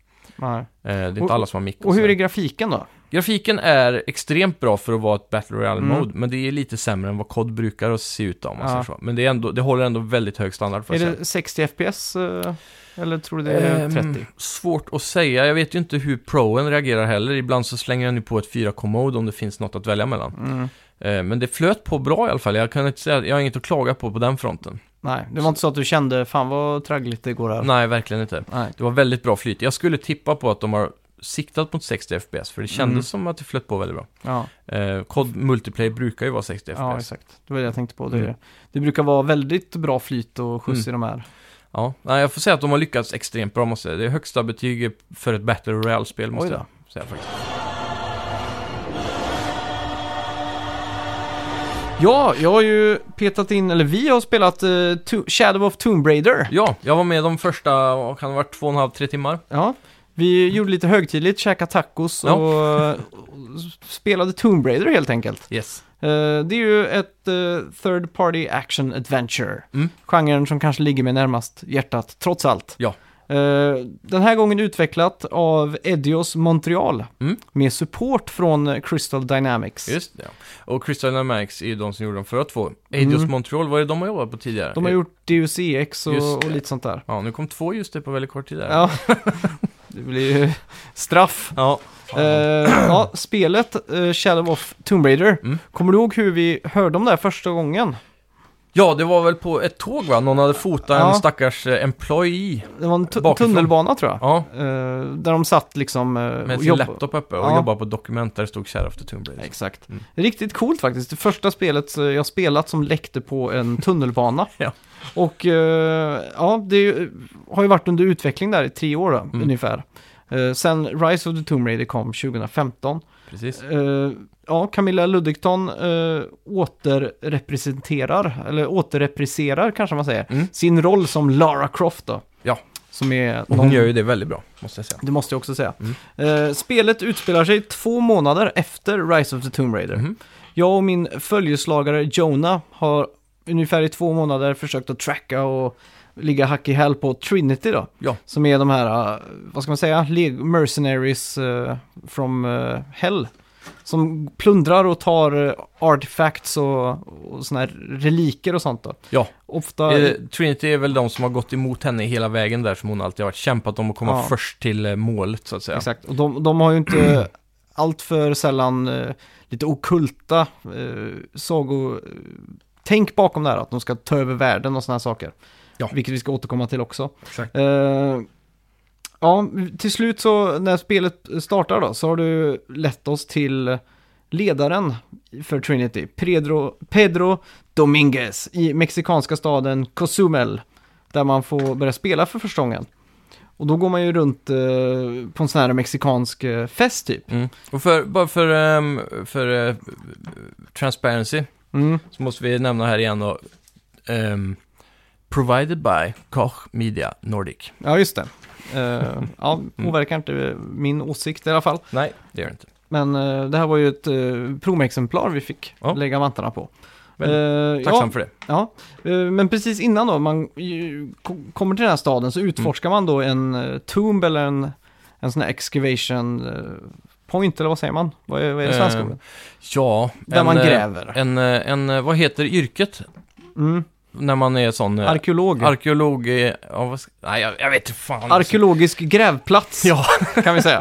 S1: Nej.
S2: Det är inte
S1: Och-
S2: alla som har mick
S1: Och
S2: så.
S1: hur är grafiken då?
S2: Grafiken är extremt bra för att vara ett Battle Royale-mode,
S1: Mm.
S2: men det är lite sämre än vad COD brukar att se ut om man
S1: Ja.
S2: säger så. Men det, är ändå, det håller ändå väldigt hög standard för
S1: Är
S2: att
S1: det 60 FPS eh, eller tror du det är
S2: Ehm,
S1: 30?
S2: Svårt att säga, jag vet ju inte hur proen reagerar heller. Ibland så slänger den ju på ett 4K-mode om det finns något att välja mellan.
S1: Mm.
S2: Eh, Men det flöt på bra i alla fall, jag kan inte säga, jag har inget att klaga på på den fronten.
S1: Nej, det var inte så att du kände fan vad traggligt det går här.
S2: Nej, verkligen inte.
S1: Nej.
S2: Det var väldigt bra flyt. Jag skulle tippa på att de har siktat mot 60 FPS, för det kändes
S1: Mm.
S2: som att det flöt på väldigt bra.
S1: Ja,
S2: Eh, COD Multiplayer brukar ju vara 60
S1: ja,
S2: FPS.
S1: exakt. Det var det jag tänkte på. Det,
S2: Mm.
S1: det brukar vara väldigt bra flyt och skjuts i de här.
S2: Ja, nej, jag får säga att de har lyckats extremt bra måste jag säga. Det är högsta betyg för ett Battle Royale-spel måste
S1: Oj
S2: jag
S1: då.
S2: säga faktiskt.
S1: Ja, jag har ju petat in, eller vi har spelat eh, To- Shadow of Tomb Raider.
S2: Ja, jag var med de första, vad kan det ha varit, två och en halv, tre timmar.
S1: Ja, vi gjorde lite högtidligt, käkade tacos och, eh,
S2: Ja.
S1: och spelade Tomb Raider helt enkelt.
S2: Yes.
S1: Eh, det är ju ett eh, third party action adventure.
S2: Mm.
S1: Genren som kanske ligger mig närmast hjärtat, trots allt.
S2: Ja.
S1: Eh, den här gången utvecklat av Edios Montreal.
S2: Mm.
S1: Med support från eh, Crystal Dynamics.
S2: Just det. Och Crystal Dynamics är ju de som gjorde de förra två. Eidos
S1: Mm.
S2: Montreal, vad är det de har jobbat på tidigare?
S1: De har gjort DUC X och,
S2: Just det.
S1: och lite sånt där.
S2: Ja, nu kom två just det på väldigt kort tid där.
S1: Ja, det blir ju straff.
S2: Ja.
S1: Eh, ja, spelet eh, Shadow of Tomb Raider.
S2: Mm.
S1: Kommer du ihåg hur vi hörde om det här första gången?
S2: Ja, det var väl på ett tåg va? Någon hade fotat en
S1: Ja.
S2: stackars eh, employee.
S1: Det var en tu-
S2: Bakifrån.
S1: tunnelbana tror jag.
S2: Ja,
S1: Eh, där de satt liksom... eh,
S2: med
S1: och
S2: sin
S1: jobb-
S2: laptop uppe och
S1: Ja.
S2: jobbade på ett dokument där det stod Sheriff the Tomb Raider.
S1: Exakt.
S2: Mm.
S1: Riktigt coolt faktiskt. Det första spelet eh, jag spelat som läckte på en tunnelbana.
S2: Ja.
S1: Och eh, ja, det är ju- har ju varit under utveckling där i tre år då,
S2: Mm.
S1: ungefär. Eh, sen Rise of the Tomb Raider kom 2015.
S2: Precis.
S1: Eh, ja, Camilla Ludvigton eh, återrepresenterar, eller återrepriserar kanske man säger,
S2: Mm.
S1: sin roll som Lara Croft då.
S2: Ja.
S1: Som är
S2: Och
S1: någon-
S2: hon gör ju det väldigt bra, måste jag säga.
S1: det måste jag också säga.
S2: Mm.
S1: Eh, spelet utspelar sig två månader efter Rise of the Tomb Raider.
S2: Mhm.
S1: Jag och min följeslagare Jonah har ungefär i två månader försökt att tracka och ligga hack i häl på Trinity då.
S2: Ja.
S1: Som är de här, eh, vad ska man säga, leg- mercenaries eh, from eh, hell. Som plundrar och tar eh, artifacts och, och såna här reliker och sånt då.
S2: Ja.
S1: Ofta...
S2: Eh, Trinity är väl de som har gått emot henne hela vägen där som hon alltid har varit. kämpat om att komma
S1: Ja.
S2: först till eh, målet så att säga.
S1: Exakt, och de, de har ju inte allt för sällan eh, lite okulta eh, sago... eh, Tänk bakom det här, att de ska ta över världen och sådana här saker.
S2: Ja.
S1: Vilket vi ska återkomma till också.
S2: Exakt.
S1: Eh, ja, till slut så när spelet startar då så har du lett oss till ledaren för Trinity, Pedro, Pedro Dominguez i mexikanska staden Cozumel. Där man får börja spela för första gången. Och då går man ju runt eh, på en sån här mexikansk eh, fest typ.
S2: Mm. Och för, bara för, ehm, för eh, transparency
S1: Mm.
S2: så måste vi nämna här igen då. ehm, provided by Koch Media Nordic.
S1: Ja, just det. Eh, ja, påverkar inte min åsikt i alla fall.
S2: Nej, det gör det inte.
S1: Men eh, det här var ju ett eh, provexemplar vi fick
S2: Ja.
S1: lägga vantarna på. Eh,
S2: Väldigt Tacksam
S1: ja,
S2: för det.
S1: Ja, eh, men precis innan då man ju ko- kommer till den här staden så utforskar
S2: Mm.
S1: man då en eh, tomb eller en, en sån här excavation eh, point eller vad säger man? Vad är, vad är det svenska
S2: Eh,
S1: ordet?
S2: Ja.
S1: Där man
S2: eh,
S1: gräver.
S2: En, eh, en, eh, vad heter yrket
S1: Mm.
S2: när man är sån... eh,
S1: Arkeolog.
S2: Arkeolog, eh, ja, vad, ska- nej jag, jag vet inte fan.
S1: Arkeologisk grävplats
S2: Ja.
S1: kan vi säga.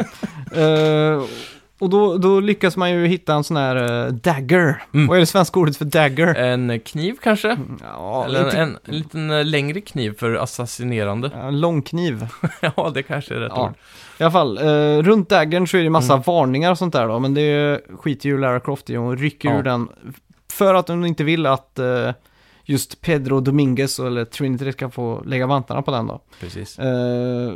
S1: Eh, och då, då lyckas man ju hitta en sån här eh, dagger.
S2: Mm.
S1: Vad är det svenska ordet för dagger?
S2: En kniv kanske?
S1: Ja,
S2: Eller
S1: inte-
S2: en, en liten eh, längre kniv för assassinerande.
S1: ja, en långkniv.
S2: ja, det kanske är rätt
S1: Ja.
S2: ord.
S1: I alla fall, eh, runt daggern så är det massa
S2: Mm.
S1: varningar och sånt där då, men det skiter ju Lara Croft i. Hon rycker
S2: Ja.
S1: ur den för att hon inte vill att eh, just Pedro Dominguez eller Trinity ska få lägga vantarna på den då.
S2: Precis.
S1: Eh,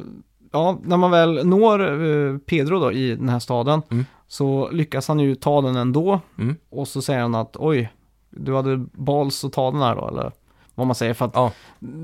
S1: ja, när man väl når eh, Pedro då i den här staden
S2: Mm.
S1: så lyckas han ju ta den ändå
S2: Mm.
S1: och så säger han att oj, du hade balls att ta den här då, eller vad man säger för att
S2: Ja.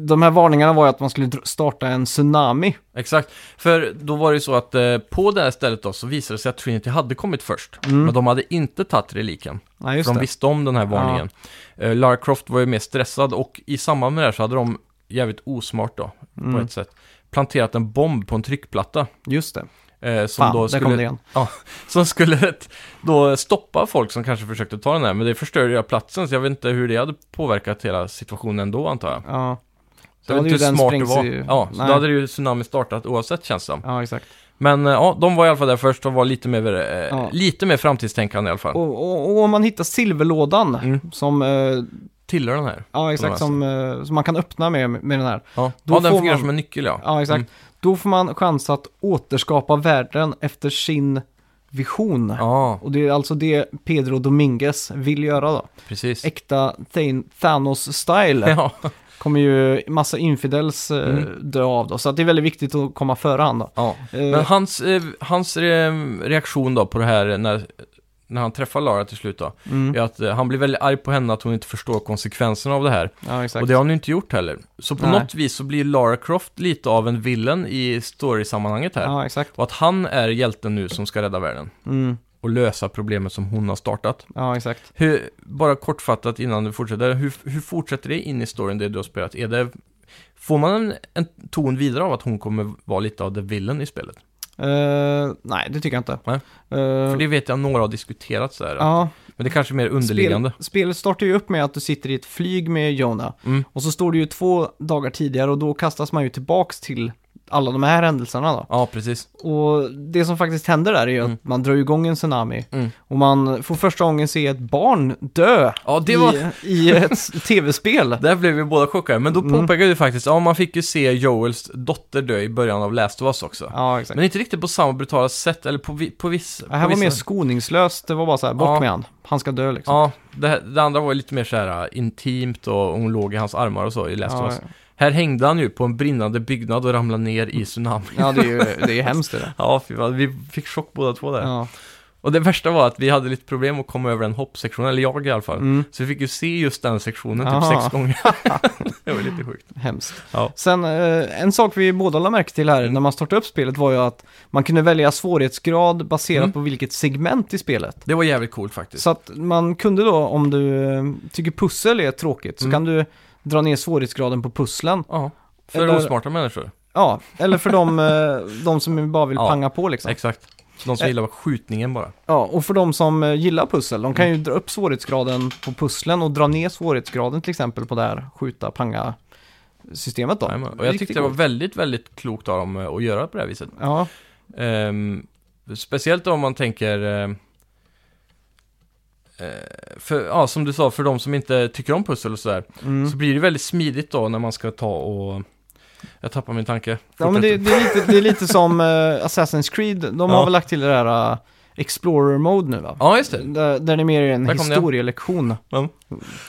S1: de här varningarna var ju att man skulle dr- starta en tsunami.
S2: Exakt. För då var det ju så att eh, på det här stället då så visade det sig att Trinity hade kommit först. Men de hade inte tagit reliken.
S1: Nej, Mm. just
S2: för de
S1: det.
S2: visste om den här varningen. Eh, Lara Croft var ju mer stressad och i samband med det här så hade de jävligt osmart då, på ett sätt, planterat en bomb på en tryckplatta.
S1: Mm. Just det.
S2: Eh, som
S1: Fan,
S2: då
S1: där kom det
S2: skulle,
S1: igen.
S2: ja, som skulle då stoppa folk som kanske försökte ta den här, men det förstörde ju platsen, så jag vet inte hur det hade påverkat hela situationen ändå antar jag.
S1: Ja,
S2: Så
S1: Ja, det
S2: jag vet inte
S1: är
S2: hur
S1: ju den
S2: smart det
S1: sprängs
S2: var.
S1: ju.
S2: Ja, så då
S1: Nej.
S2: hade det ju tsunami startat oavsett känns det som.
S1: ja exakt.
S2: Men eh, ja, de var i alla fall där först och var lite mer, eh,
S1: Ja.
S2: lite mer framtidstänkande i alla fall.
S1: Och, och, och om man hittar silverlådan
S2: Mm.
S1: som, eh,
S2: Tillhör den här.
S1: ja, exakt,
S2: Som
S1: som, eh, som man kan öppna med, med den här.
S2: Ja,
S1: Då
S2: ja den
S1: får
S2: fungerar
S1: man-
S2: som en nyckel ja.
S1: Ja, exakt.
S2: Mm.
S1: Då får man chans att återskapa världen efter sin vision.
S2: Ja,
S1: Och det är alltså det Pedro Dominguez vill göra då.
S2: precis.
S1: Äkta Than- Thanos-style
S2: Ja,
S1: kommer ju massa infidels eh,
S2: Mm.
S1: dö av då. Så att det är väldigt viktigt att komma före han då.
S2: ja.
S1: Eh,
S2: Men hans, eh, hans eh, reaktion då på det här eh, när, när han träffar Lara till slut då,
S1: mm.
S2: är att eh, han blir väldigt arg på henne att hon inte förstår konsekvenserna av det här.
S1: Ja, exakt.
S2: Och det har hon ju inte gjort heller. Så på
S1: Nej.
S2: något vis så blir Lara Croft lite av en villain i story-sammanhanget här.
S1: Ja, exakt.
S2: Och att han är hjälten nu som ska rädda världen.
S1: Mm.
S2: och lösa problemet som hon har startat.
S1: Ja, exakt.
S2: Hur, bara kortfattat innan du fortsätter, hur, hur fortsätter det in i storyn det du har spelat? Är det, får man en, en ton vidare av att hon kommer vara lite av the villain i spelet?
S1: Eh, nej, det tycker jag inte.
S2: Nej.
S1: Eh,
S2: För det vet jag några har diskuterat så här.
S1: ja,
S2: Men det kanske är mer underliggande.
S1: Spel, spelet startar ju upp med att du sitter i ett flyg med Jonah.
S2: Mm.
S1: Och så står det ju två dagar tidigare och då kastas man ju tillbaks till alla de här händelserna då.
S2: Ja, precis.
S1: Och det som faktiskt händer där är ju
S2: Mm.
S1: att man drar igång en tsunami.
S2: Mm.
S1: Och man får första gången se ett barn dö
S2: Ja, det var...
S1: i, i ett s- tv-spel.
S2: Där blev vi båda chockade, men då
S1: Mm.
S2: påpekade du faktiskt, ja man fick ju se Joels dotter dö i början av Last of Us också.
S1: Ja, exakt.
S2: Men inte riktigt på samma brutala sätt, eller på, vi, på viss...
S1: Det här
S2: på
S1: var mer
S2: vissa...
S1: skoningslöst, det var bara så här, bort
S2: Ja.
S1: med han. Han ska dö liksom.
S2: Ja, det, här- det andra var ju lite mer så här äh, intimt och hon låg i hans armar och så i Last
S1: alltså.
S2: of Us. Här hängde han ju på en brinnande byggnad och ramlade ner i tsunami.
S1: ja det är ju det är ju hemskt det där.
S2: Ja, fy fan, vi fick chock båda två där.
S1: Ja.
S2: Och det värsta var att vi hade lite problem att komma över den hoppsektionen, eller jag i alla fall.
S1: Mm.
S2: Så vi fick ju se just den sektionen
S1: Aha.
S2: typ sex gånger. det var lite sjukt.
S1: Hemskt.
S2: Ja. Mm.
S1: Sen eh, en sak vi båda lade märke till här när man startade upp spelet var ju att man kunde välja svårighetsgrad baserat
S2: Mm.
S1: på vilket segment i spelet.
S2: Det var jävligt coolt faktiskt.
S1: Så att man kunde då, om du eh, tycker pussel är tråkigt, så
S2: Mm.
S1: kan du dra ner svårighetsgraden på pusslen.
S2: Ja, för
S1: Eller-
S2: osmarta människor.
S1: Ja, eller för de, eh, de som bara vill
S2: Ja,
S1: panga på liksom.
S2: Exakt. De som
S1: Eh.
S2: gillar skjutningen bara.
S1: Ja, och för de som eh, gillar pussel, de kan
S2: Mm.
S1: ju dra upp svårighetsgraden på pusslen och dra ner svårighetsgraden till exempel på det här skjuta, panga systemet då.
S2: Jajamän. Och jag
S1: Riktigt
S2: tyckte det var
S1: coolt.
S2: väldigt, väldigt klokt av dem eh, att göra på det här viset.
S1: Ja,
S2: Ehm, speciellt om man tänker... ehm, eh, för, ja, som du sa, för de som inte tycker om pussel och sådär.
S1: mm.
S2: Så blir det väldigt smidigt då när man ska ta och... Jag tappar min tanke.
S1: ja men det,
S2: Fortsätt.
S1: det, är lite, det är lite som eh, Assassin's Creed, de
S2: Ja.
S1: har väl lagt till det där eh, Explorer Mode nu va?
S2: Ja, just det.
S1: Där, där det är mer är en
S2: Där kom det.
S1: historielektion.
S2: Ja.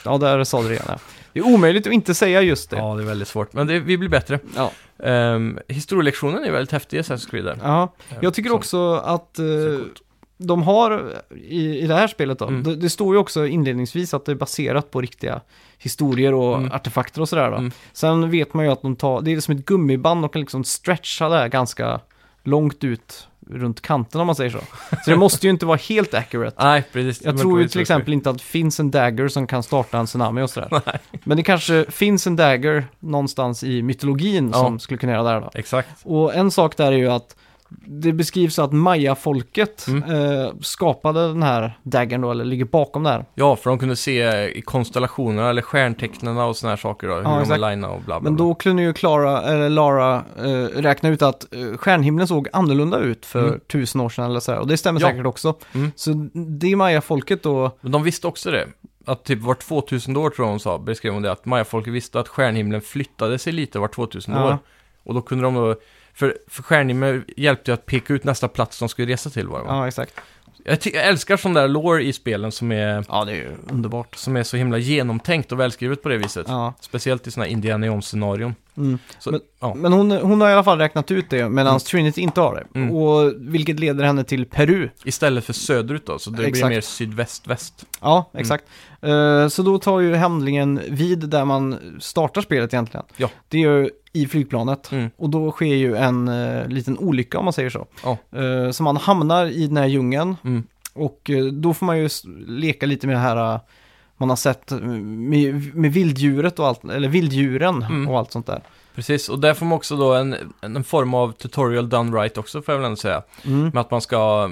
S1: Ja, där sa du det igen. ja. Det är omöjligt att inte säga just det.
S2: Ja, det är väldigt svårt. Men det, vi blir bättre.
S1: Ja.
S2: Um, historielektionen är väldigt häftig i Assassin's Creed där.
S1: Ja.
S2: Ehm,
S1: Jag tycker
S2: som-
S1: också att eh,
S2: som är coolt.
S1: de har eh, i, i det här spelet då,
S2: Mm.
S1: det, det står ju också inledningsvis att det är baserat på riktiga historier och
S2: Mm.
S1: artefakter och sådär. Va?
S2: Mm.
S1: Sen vet man ju att de tar, det är som ett gummiband, de kan liksom stretcha det här ganska långt ut runt kanten om man säger så. Så det måste ju inte vara helt accurate.
S2: Nej, precis.
S1: Jag
S2: Men
S1: tror
S2: på
S1: ju
S2: viss-
S1: till exempel inte att det finns en dagger som kan starta en tsunami och sådär. Men det kanske finns en dagger någonstans i mytologin
S2: Ja.
S1: som skulle kunna göra det här då.
S2: Exakt.
S1: Och en sak där är ju att det beskrivs att Maya-folket
S2: Mm.
S1: eh, skapade den här daggern då, eller ligger bakom det här.
S2: Ja, för de kunde se eh, i konstellationerna eller stjärntecknena och såna här saker då, hur de
S1: exakt.
S2: är linade och bla bla.
S1: Men
S2: bla.
S1: då kunde ju Clara, eller Lara eh, räkna ut att eh, stjärnhimlen såg annorlunda ut för
S2: Mm.
S1: tusen år sedan eller så här. Och det stämmer
S2: Ja.
S1: säkert också.
S2: Mm.
S1: Så det Maya-folket då,
S2: Men de visste också det. Att typ var 2000 år tror jag hon sa, beskrev hon det, att mayafolket visste att stjärnhimlen flyttade sig lite var 2000
S1: Ja.
S2: år. Och då kunde de då, för, för stjärnhimlen hjälpte ju att peka ut nästa plats de skulle resa till var det, va?
S1: ja exakt.
S2: jag, ty- jag älskar sån där lore i spelen som är,
S1: Ja, det är ju underbart.
S2: som är så himla genomtänkt och välskrivet på det viset.
S1: Ja.
S2: Speciellt i såna här Indiana Jones-scenarion.
S1: Mm.
S2: Så,
S1: Men-
S2: ja.
S1: Men hon, hon har i alla fall räknat ut det, medan Trinity inte har det.
S2: Mm.
S1: Och vilket leder henne till Peru.
S2: Istället för söderut då, så det blir
S1: Exakt.
S2: mer sydväst-väst.
S1: Ja, exakt. Eh, så då tar ju handlingen vid där man startar spelet egentligen.
S2: Ja.
S1: Det är ju i flygplanet.
S2: Mm.
S1: Och då sker ju en eh, liten olycka om man säger så.
S2: Ja.
S1: Eh, så man hamnar i den här djungeln
S2: Mm.
S1: och eh, då får man ju s- leka lite med det här eh, man har sett eh, med, med vilddjuret och allt, eller vilddjuren
S2: Mm.
S1: och allt sånt där.
S2: Precis, och där får man också då en, en form av tutorial done right också får jag väl ändå säga.
S1: Mm.
S2: Med att man ska,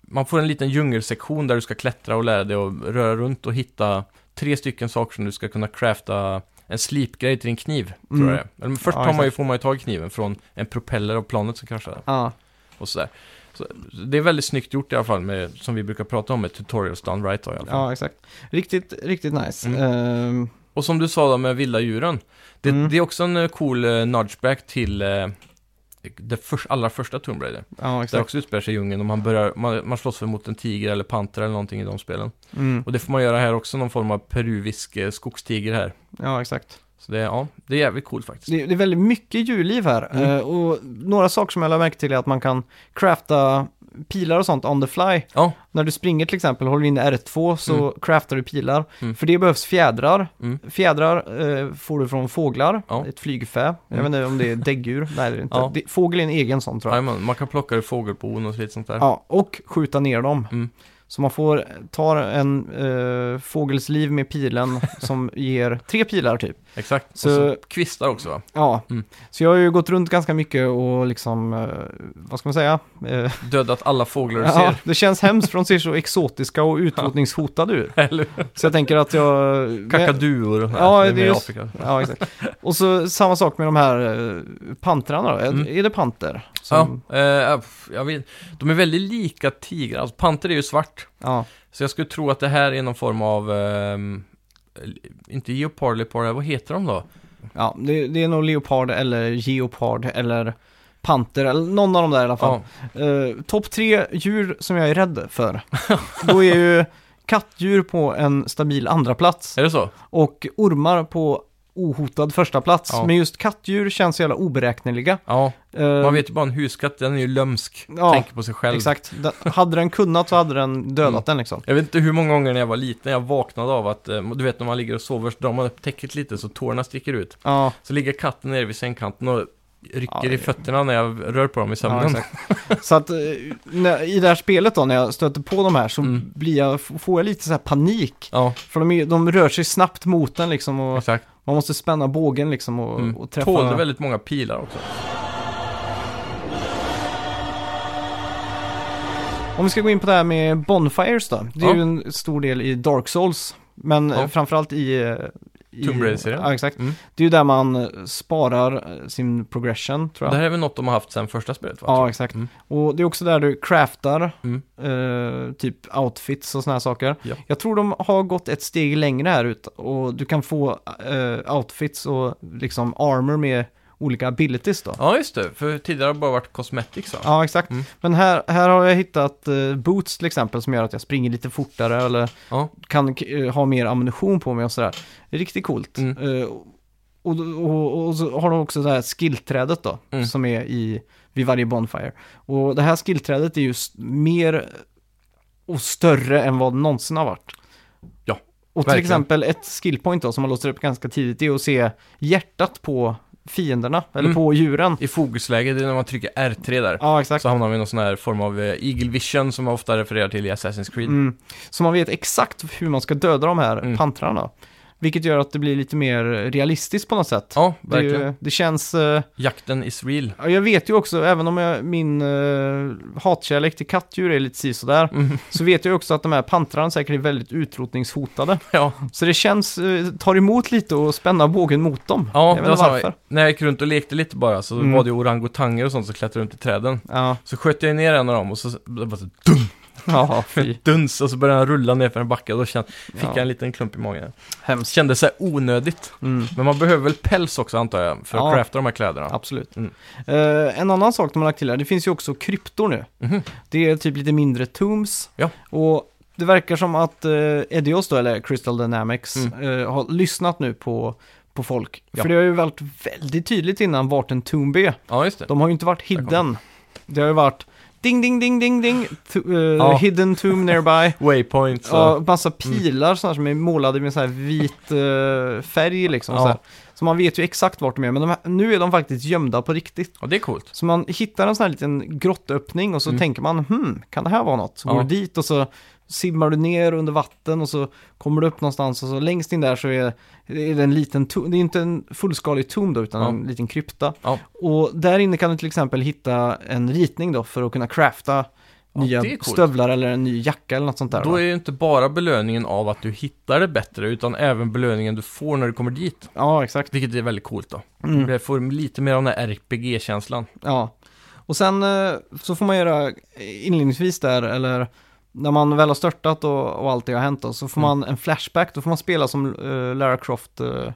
S2: man får en liten djungelsektion där du ska klättra och lära dig att röra runt och hitta tre stycken saker som du ska kunna crafta en slipgrej till din kniv, tror
S1: Mm.
S2: jag det är. Men först
S1: Ja,
S2: tar man ju, får man ju tag i kniven från en propeller av planet som kraschade
S1: Ja,
S2: och sådär. Så det är väldigt snyggt gjort i alla fall, med, som vi brukar prata om med tutorials done right då, i alla fall.
S1: ja, exakt. Riktigt, riktigt nice.
S2: Mm.
S1: Ehm,
S2: Och som du sa då med vilda djuren. Det,
S1: Mm.
S2: det är också en eh, cool eh, nudgeback till eh, det förs- allra första Tomb Raider.
S1: ja,
S2: Där
S1: exakt.
S2: också utspelar sig i djungeln och man, börjar, man, man slåss för mot en tiger eller panter eller någonting i de spelen.
S1: Mm.
S2: Och det får man göra här också, någon form av peruvisk eh, skogstiger här.
S1: Ja, exakt.
S2: Så det, är- ja, det är jävligt coolt faktiskt.
S1: Det, det är väldigt mycket djurliv här.
S2: Mm.
S1: Eh, och några saker som jag lade märke till är att man kan crafta pilar och sånt on the fly.
S2: Ja,
S1: När du springer till exempel, håller du inne R2 så craftar du pilar.
S2: Mm.
S1: För det behövs fjädrar.
S2: Mm.
S1: Fjädrar eh, får du från fåglar,
S2: Ja. Mm.
S1: ett flygfä. Jag vet inte om det är däggdjur, nej det är det inte.
S2: Ja.
S1: Det, fågel är en egen sån tror jag.
S2: jajamän, man kan plocka det fågelbon och så lite sånt där.
S1: Ja, och skjuta ner dem.
S2: Mm.
S1: Så man får ta en eh, fågels liv med pilen som ger tre pilar typ.
S2: Exakt.
S1: Så-
S2: Och så kvistar också va?
S1: Ja,
S2: Mm.
S1: så jag har ju gått runt ganska mycket och liksom, eh, vad ska man säga? Eh,
S2: Dödat alla fåglar du
S1: ja,
S2: ser.
S1: det känns hemskt för de ser så exotiska och utrotningshotade ut.
S2: Eller
S1: Så jag tänker att jag...
S2: kakaduor och
S1: Ja, det är
S2: mer
S1: just-
S2: Afrika.
S1: Ja, exakt. Och så samma sak med de här eh, pantrarna då. Är-
S2: Mm.
S1: Är det panter? Som-
S2: Ja, eh, pff, jag vet, de är väldigt lika tigrar. Alltså, panter är ju svart.
S1: ja.
S2: Så jag skulle tro att det här är någon form av... ehm, inte geopard, leopard, vad heter de då?
S1: Ja, det, det är nog leopard eller geopard eller panter eller någon av de där i alla fall.
S2: Ja,
S1: Uh, Topp tre djur som jag är rädd för. Då är ju kattdjur på en stabil andra plats
S2: är det så?
S1: och ormar på ohotad första plats.
S2: Ja.
S1: Men just kattdjur känns så jävla oberäkneliga.
S2: Ja,
S1: Eh,
S2: man vet ju bara en huskatt, den är ju lömsk.
S1: Ja,
S2: tänker på sig själv.
S1: Exakt. Den, hade den kunnat så hade den dödat
S2: Mm.
S1: den liksom.
S2: Jag vet inte hur många gånger när jag var liten jag vaknade av att, eh, du vet när man ligger och sover så drar man upp täcket lite så tårna sticker ut.
S1: Ja,
S2: Så ligger katten nere vid sängkanten och rycker
S1: Ja, det-
S2: i fötterna när jag rör på dem i
S1: ja
S2: sömnen.
S1: exakt. så att eh, när, i det här spelet då när jag stöter på de här så
S2: Mm.
S1: blir jag, f- får jag lite så här panik.
S2: Ja,
S1: För de, är, de rör sig snabbt mot den liksom och
S2: exakt.
S1: man måste spänna bågen liksom och,
S2: Mm.
S1: och träffa.
S2: Tålde väldigt många pilar också.
S1: Om vi ska gå in på det här med Bonfires då. Det är
S2: Ja.
S1: ju en stor del i Dark Souls. Men
S2: Ja.
S1: eh, framförallt i... eh, i
S2: Tomb Raider-serien.
S1: Ja, exakt.
S2: Mm.
S1: Det är ju där man eh, sparar eh, sin progression tror
S2: Det
S1: jag.
S2: här är väl något de har haft sedan första spelet va?
S1: Ja, exakt.
S2: Mm.
S1: Och det är också där du craftar
S2: Mm.
S1: eh, typ outfits och såna här saker.
S2: Ja.
S1: Jag tror de har gått ett steg längre här ut och du kan få eh, outfits och liksom armor med olika abilities då.
S2: Ja, just det. För tidigare har det bara varit cosmetics va?
S1: Ja, exakt.
S2: Mm.
S1: Men här, här har jag hittat eh, boots till exempel som gör att jag springer lite fortare eller
S2: Ja.
S1: kan eh, ha mer ammunition på mig och sådär. Det är riktigt coolt.
S2: Mm.
S1: Eh, och, och, och så har de också det här skillträdet då,
S2: Mm.
S1: som är i, vid varje Bonfire. Och det här skillträdet är ju s- mer och större än vad det någonsin har varit.
S2: Ja,
S1: Och till
S2: verkligen.
S1: exempel ett skillpoint då som man låser upp ganska tidigt är att se hjärtat på fienderna, eller
S2: Mm.
S1: på djuren.
S2: I fokusläge, det är när man trycker R3 där.
S1: Ja, exakt.
S2: Så hamnar vi i någon sån här form av eh, Eagle Vision som man ofta refererar till i Assassin's Creed.
S1: Mm. Så man vet exakt hur man ska döda de här
S2: Mm.
S1: pantrarna. Vilket gör att det blir lite mer realistiskt på något sätt.
S2: Ja,
S1: det, är
S2: verkligen.
S1: ju, det känns... eh,
S2: Jakten is real.
S1: ja, jag vet ju också, även om jag, min uh, hatkärlek till kattdjur är lite si sådär,
S2: Mm.
S1: så vet jag ju också att de här pantrarna säkert är väldigt utrotningshotade.
S2: Ja,
S1: Så det känns, eh, tar emot lite och spänna bågen mot dem.
S2: ja
S1: jag
S2: det
S1: vet
S2: var
S1: inte
S2: samma.
S1: varför.
S2: När jag gick runt och lekte lite bara så
S1: Mm.
S2: var det orangutanger och sånt som klättrade runt i träden.
S1: Ja,
S2: Så sköt jag ner en av dem och så det var så
S1: ja, fy.
S2: duns och så började han rulla ner för en backe och då kände, fick
S1: Ja.
S2: jag en liten klump i magen.
S1: Hemskt.
S2: Kände sig onödigt.
S1: Mm.
S2: Men man behöver väl päls också antar jag för att
S1: Ja.
S2: crafta de här kläderna.
S1: Absolut.
S2: Mm.
S1: Eh, en annan sak de har lagt till här, det finns ju också kryptor nu.
S2: Mhm.
S1: Det är typ lite mindre tombs.
S2: Ja.
S1: Och det verkar som att eh, Edios då, eller Crystal Dynamics,
S2: Mm.
S1: eh, har lyssnat nu på, på folk.
S2: Ja.
S1: För det har ju varit väldigt tydligt innan vart en tomb är.
S2: Ja, just det.
S1: De har ju inte varit hidden. Det har ju varit ding, ding, ding, ding, ding, to, eh,
S2: Ja.
S1: hidden tomb nearby.
S2: Waypoint. Så.
S1: Ja, massa pilar sådana som är målade med så här vit eh, färg liksom.
S2: Ja.
S1: Så, här. så man vet ju exakt vart de är, men de här, nu är de faktiskt gömda på riktigt.
S2: Ja, det är coolt.
S1: Så man hittar en sån här liten grottöppning och så
S2: Mm.
S1: tänker man, hmm, kan det här vara något? Så går
S2: Ja.
S1: du dit och så simmar du ner under vatten och så kommer du upp någonstans och så längst in där så är, är det en liten tom, det är inte en fullskalig tom då utan
S2: Ja.
S1: en liten krypta.
S2: Ja.
S1: Och där inne kan du till exempel hitta en ritning då för att kunna crafta
S2: Ja,
S1: nya
S2: det är coolt.
S1: stövlar eller en ny jacka eller något sånt där.
S2: Då
S1: va?
S2: är ju inte bara belöningen av att du hittar det bättre, utan även belöningen du får när du kommer dit.
S1: Ja, exakt.
S2: Vilket är väldigt coolt då.
S1: Mm.
S2: Du får lite mer av den här RPG-känslan.
S1: Ja, och sen eh, så får man göra inledningsvis där, eller när man väl har störtat och, och allt det har hänt då, så får
S2: Mm.
S1: man en flashback, då får man spela som eh, Lara Croft eh,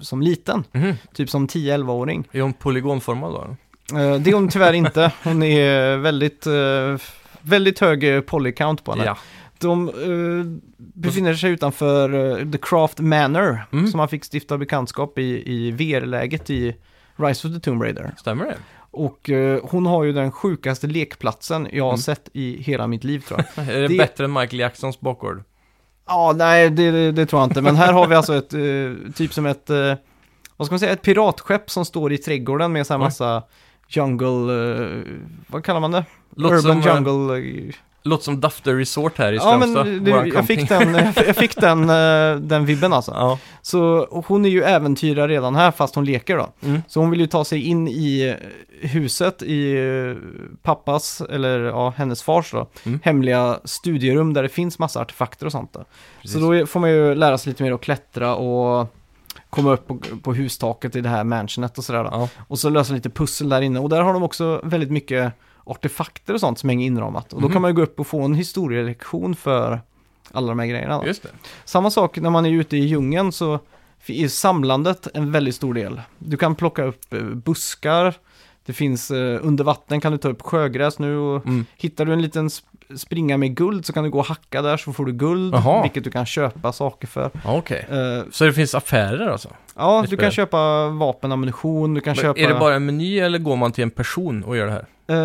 S1: som liten,
S2: Mhm.
S1: typ som 10-11-åring.
S2: Är hon polygonformad då?
S1: Eh, det är hon tyvärr inte, hon är väldigt, eh, väldigt hög eh, polycount på henne.
S2: Ja.
S1: De eh, befinner sig utanför eh, The Craft Manor,
S2: Mm.
S1: som man fick stifta bekantskap i, i VR-läget i Rise of the Tomb Raider.
S2: Stämmer det?
S1: Och eh, hon har ju den sjukaste lekplatsen jag har sett i hela mitt liv tror jag.
S2: Är det,
S1: Det-
S2: bättre än Michael Jacksons bakgård?
S1: Ja, nej, det, det, det tror jag inte. Men här har vi alltså ett, eh, typ som ett, eh, vad ska man säga, ett piratskepp som står i trädgården med så här
S2: Oj.
S1: massa jungle, eh, vad kallar man det?
S2: Låter
S1: Urban
S2: som, eh,
S1: jungle. eh,
S2: Låter som Dafter Resort här i
S1: Ja, men
S2: Strömstad.
S1: det,
S2: våran
S1: jag
S2: camping.
S1: fick den, jag fick den, eh, den vibben alltså.
S2: Ja.
S1: Så hon är ju äventyrare redan här fast hon leker då.
S2: Mm.
S1: Så hon vill ju ta sig in i huset i eh, pappas, eller ja, hennes fars då,
S2: Mm.
S1: hemliga studierum där det finns massa artefakter och sånt då.
S2: Precis.
S1: Så då är- får man ju lära sig lite mer att klättra och komma upp på, på hustaket i det här mansionet och sådär då.
S2: Ja.
S1: Och så lösa lite pussel där inne. Och där har de också väldigt mycket artefakter och sånt som hänger inramat. Och då
S2: Mhm.
S1: kan man ju gå upp och få en historielektion för alla de här grejerna. Då.
S2: Just det.
S1: Samma sak när man är ute i djungeln så är samlandet en väldigt stor del. Du kan plocka upp eh, buskar, det finns eh, under vatten kan du ta upp sjögräs nu och
S2: Mm.
S1: hittar du en liten sp- springa med guld så kan du gå och hacka där så får du guld,
S2: Jaha.
S1: vilket du kan köpa saker för.
S2: Ja, Okej.
S1: Eh,
S2: Så det finns affärer alltså?
S1: ja,
S2: Ett
S1: du kan
S2: spel.
S1: köpa vapen, ammunition, du kan
S2: Men
S1: köpa...
S2: Är det bara en meny eller går man till en person och gör det här?
S1: Eh,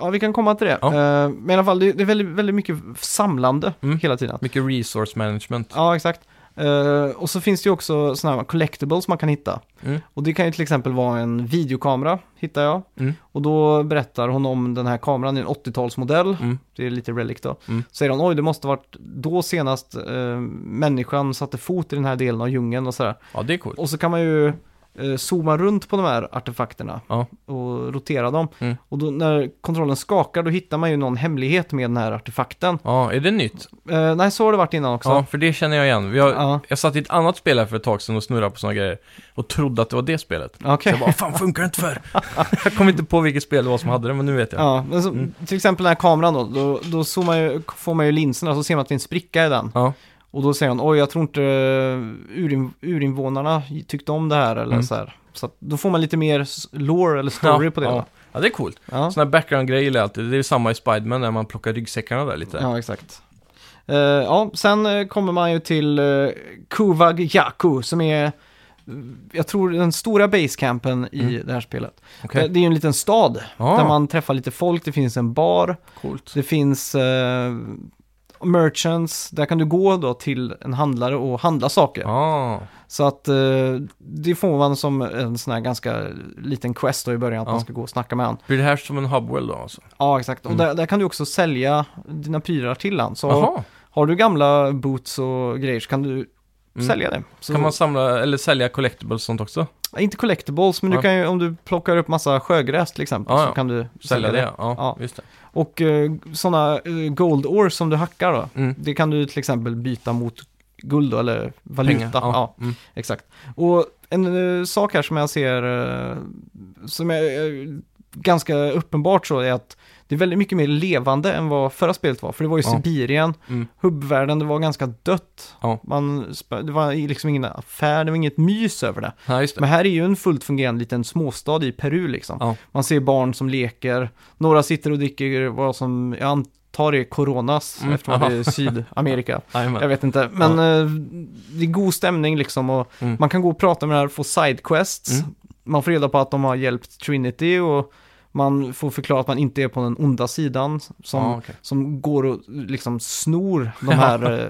S1: ja, vi kan komma till det.
S2: Ja.
S1: Eh, men i alla fall, det, det är väldigt, väldigt mycket samlande
S2: Mm.
S1: hela tiden.
S2: Mycket resource management.
S1: Ja, exakt. Eh, och så finns det ju också sådana här collectibles man kan hitta.
S2: Mm.
S1: Och det kan ju till exempel vara en videokamera, hittar jag.
S2: Mm.
S1: Och då berättar hon om den här kameran, det är en 80-talsmodell.
S2: Mm.
S1: Det är lite relic då.
S2: Mm.
S1: Säger hon, oj det måste ha varit då senast eh, människan satte fot i den här delen av djungeln och sådär.
S2: Ja, det är coolt.
S1: Och så kan man ju eh, zooma runt på de här artefakterna
S2: Ja.
S1: och rotera dem.
S2: Mm.
S1: Och då, när kontrollen skakar då hittar man ju någon hemlighet med den här artefakten.
S2: Ja, är det nytt?
S1: Eh, nej, så har det varit innan också.
S2: Ja, för det känner jag igen. Vi har,
S1: Ja.
S2: Jag satt i ett annat spel här för ett tag sedan och snurrade på sådana grejer och trodde att det var det spelet.
S1: Okej.
S2: Så jag bara, fan funkar det inte för? jag kom inte på vilket spel det var som hade det, men nu vet jag.
S1: Ja, men så,
S2: Mm.
S1: till exempel den här kameran då, då, då zoomar ju, får man ju linserna så ser man att det är en spricka i den.
S2: Ja.
S1: Och då säger hon, oj jag tror inte eh, urin, urinvånarna tyckte om det här eller
S2: Mm.
S1: så här. Så att, då får man lite mer s- lore eller story på det.
S2: ja.
S1: Ja.
S2: ja, det är coolt.
S1: Ja.
S2: Sådana här background-grejer gillar jag alltid. Det är samma i Spiderman när man plockar ryggsäckarna där lite.
S1: ja, exakt. Eh, ja, sen eh, kommer man ju till uh, Kuvag Yaku som är, eh, jag tror den stora basecampen i det här spelet.
S2: Mm. Okej,
S1: Eh, Det är ju en liten stad
S2: Ah.
S1: där man träffar lite folk, det finns en bar.
S2: coolt.
S1: Det finns eh, merchants, där kan du gå då till en handlare och handla saker.
S2: Ah,
S1: Så att eh, det får man som en sån här ganska liten quest då i början, att
S2: Ja.
S1: man ska gå och snacka med han.
S2: blir det här som en hubwell då alltså?
S1: Ja, exakt.
S2: Mm.
S1: Och där, där kan du också sälja dina prylar till han. Så
S2: Jaha,
S1: har du gamla boots och grejer så kan du
S2: Mm.
S1: sälja det. Så,
S2: kan man samla eller sälja collectibles och sånt också?
S1: Inte collectibles, men
S2: Ja.
S1: du kan ju, om du plockar upp massa sjögräs till exempel,
S2: Ja, ja.
S1: så kan du
S2: Sälja det, ja.
S1: Ja.
S2: Just det.
S1: Och sådana gold ores som du hackar då,
S2: Mm.
S1: det kan du till exempel byta mot guld då, eller valuta.
S2: Pengar,
S1: Ja.
S2: Mm.
S1: exakt. Och en eh, sak här som jag ser, eh, som är eh, ganska uppenbart så, är att det är väldigt mycket mer levande än vad förra spelet var. För det var ju
S2: Ja.
S1: Sibirien,
S2: Mm.
S1: hubbvärlden, det var ganska dött.
S2: Ja.
S1: Man, spö- det var liksom ingen affär, det var inget mys över det.
S2: Ja, just det.
S1: Men här är ju en fullt fungerande liten småstad i Peru liksom.
S2: Ja.
S1: Man ser barn som leker, några sitter och dricker vad som jag antar är coronas
S2: Mm,
S1: eftersom det
S2: ja.
S1: är Sydamerika.
S2: Jajamän.
S1: Jag vet inte, men eh, det är god stämning liksom och
S2: Mm.
S1: man kan gå och prata med det här, få sidequests,
S2: Mm.
S1: man får reda på att de har hjälpt Trinity och man får förklara att man inte är på den onda sidan som,
S2: Ja, okej.
S1: som går och liksom snor de här eh,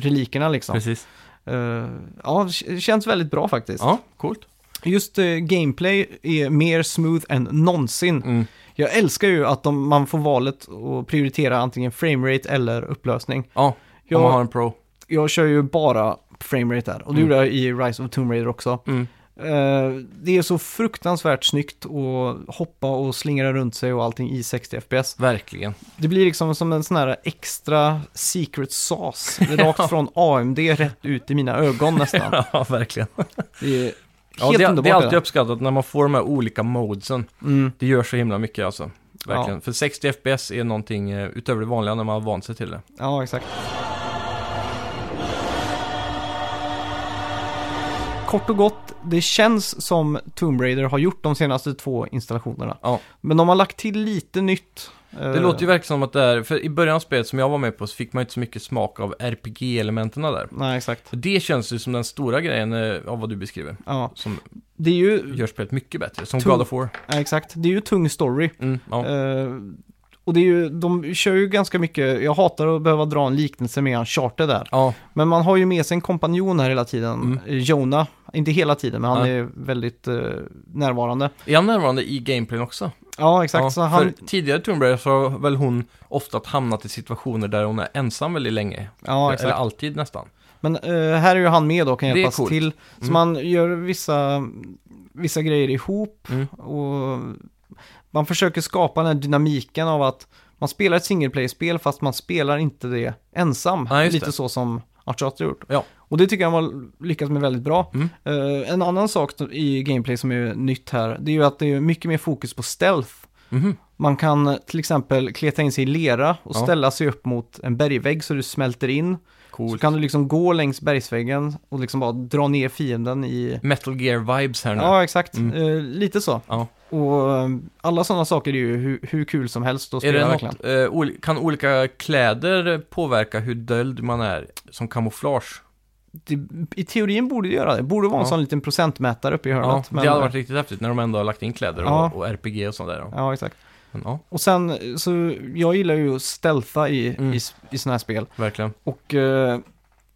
S1: relikerna liksom.
S2: Precis.
S1: Eh, ja, det känns väldigt bra faktiskt.
S2: Ja, coolt.
S1: Just eh, gameplay är mer smooth än någonsin.
S2: Mm.
S1: Jag älskar ju att de, man får valet att prioritera antingen framerate eller upplösning.
S2: Ja, om man har
S1: Jag,
S2: en pro.
S1: jag kör ju bara framerate där och det
S2: Mm.
S1: gjorde jag i Rise of Tomb Raider också.
S2: Mm.
S1: Eh, det är så fruktansvärt snyggt att hoppa och slingra runt sig och allting i 60 FPS.
S2: Verkligen.
S1: Det blir liksom som en sån här extra secret sauce rakt från AMD rätt ut i mina ögon nästan.
S2: Ja, verkligen.
S1: Det är
S2: Ja,
S1: helt
S2: det,
S1: underbart.
S2: det är alltid
S1: där.
S2: uppskattat när man får de här olika modesen.
S1: mm.
S2: Det gör så himla mycket alltså. Verkligen. För 60 FPS är någonting eh, utöver det vanliga när man har vant sig till det.
S1: Ja, exakt. Kort och gott, det känns som Tomb Raider har gjort de senaste två installationerna.
S2: Ja.
S1: Men de har lagt till lite nytt. eh,
S2: Det låter ju verkligen som att det är, för i början av spelet som jag var med på så fick man ju inte så mycket smak av RPG-elementen där.
S1: Nej, exakt.
S2: Så det känns ju som den stora grejen eh, av vad du beskriver.
S1: Ja.
S2: Som
S1: det är ju,
S2: Gör spelet mycket bättre, som
S1: Tung-
S2: God of War.
S1: ja, exakt, det är ju tung story.
S2: Mm, ja.
S1: Eh, och det är ju, de kör ju ganska mycket, jag hatar att behöva dra en liknelse med en charter där.
S2: ja,
S1: Men man har ju med sig en kompanjon här hela tiden,
S2: Mm.
S1: eh, Jonah. Inte hela tiden, men han
S2: Nej.
S1: är väldigt eh, närvarande.
S2: är han närvarande i gameplayn också?
S1: Ja, exakt.
S2: ja,
S1: så han,
S2: För tidigare Tomb Raider så har väl hon ofta hamnat i situationer där hon är ensam väldigt länge.
S1: ja,
S2: Eller
S1: exakt.
S2: alltid nästan.
S1: Men eh, här är ju han med och kan
S2: Det är
S1: hjälpas
S2: coolt.
S1: till. Så
S2: Mm.
S1: man gör vissa, vissa grejer ihop
S2: Mm.
S1: och man försöker skapa den här dynamiken av att man spelar ett single player-spel fast man spelar inte det ensam.
S2: Ja, just
S1: Lite
S2: det.
S1: så som Uncharted gjort.
S2: Ja.
S1: Och det tycker jag man har lyckats med väldigt bra.
S2: Mm.
S1: Eh, en annan sak i gameplay som är nytt här, det är ju att det är mycket mer fokus på stealth.
S2: Mhm.
S1: Man kan eh, till exempel kleta in sig i lera och
S2: Ja.
S1: ställa sig upp mot en bergvägg så du smälter in. Så
S2: Coolt.
S1: kan du liksom gå längs bergsväggen och liksom bara dra ner fienden i...
S2: Metal Gear-vibes här nu.
S1: Ja, exakt.
S2: Mm.
S1: Eh, lite så.
S2: Ja.
S1: Och eh, alla sådana saker är ju hur, hur kul som helst att
S2: Är
S1: spela
S2: det
S1: verkligen.
S2: något, eh, ol- kan olika kläder påverka hur döld man är som kamouflage?
S1: Det, I teorin borde det göra det. Borde vara en
S2: Ja.
S1: sån liten procentmätare uppe i
S2: Ja,
S1: hörnet.
S2: det hade varit riktigt häftigt när de ändå har lagt in kläder och,
S1: Ja.
S2: och RPG och sånt där. Ja.
S1: Ja, exakt.
S2: Men, ja,
S1: Och sen, eh, så jag gillar ju att stealtha i,
S2: Mm.
S1: i, s- i sådana här spel.
S2: verkligen.
S1: Och eh,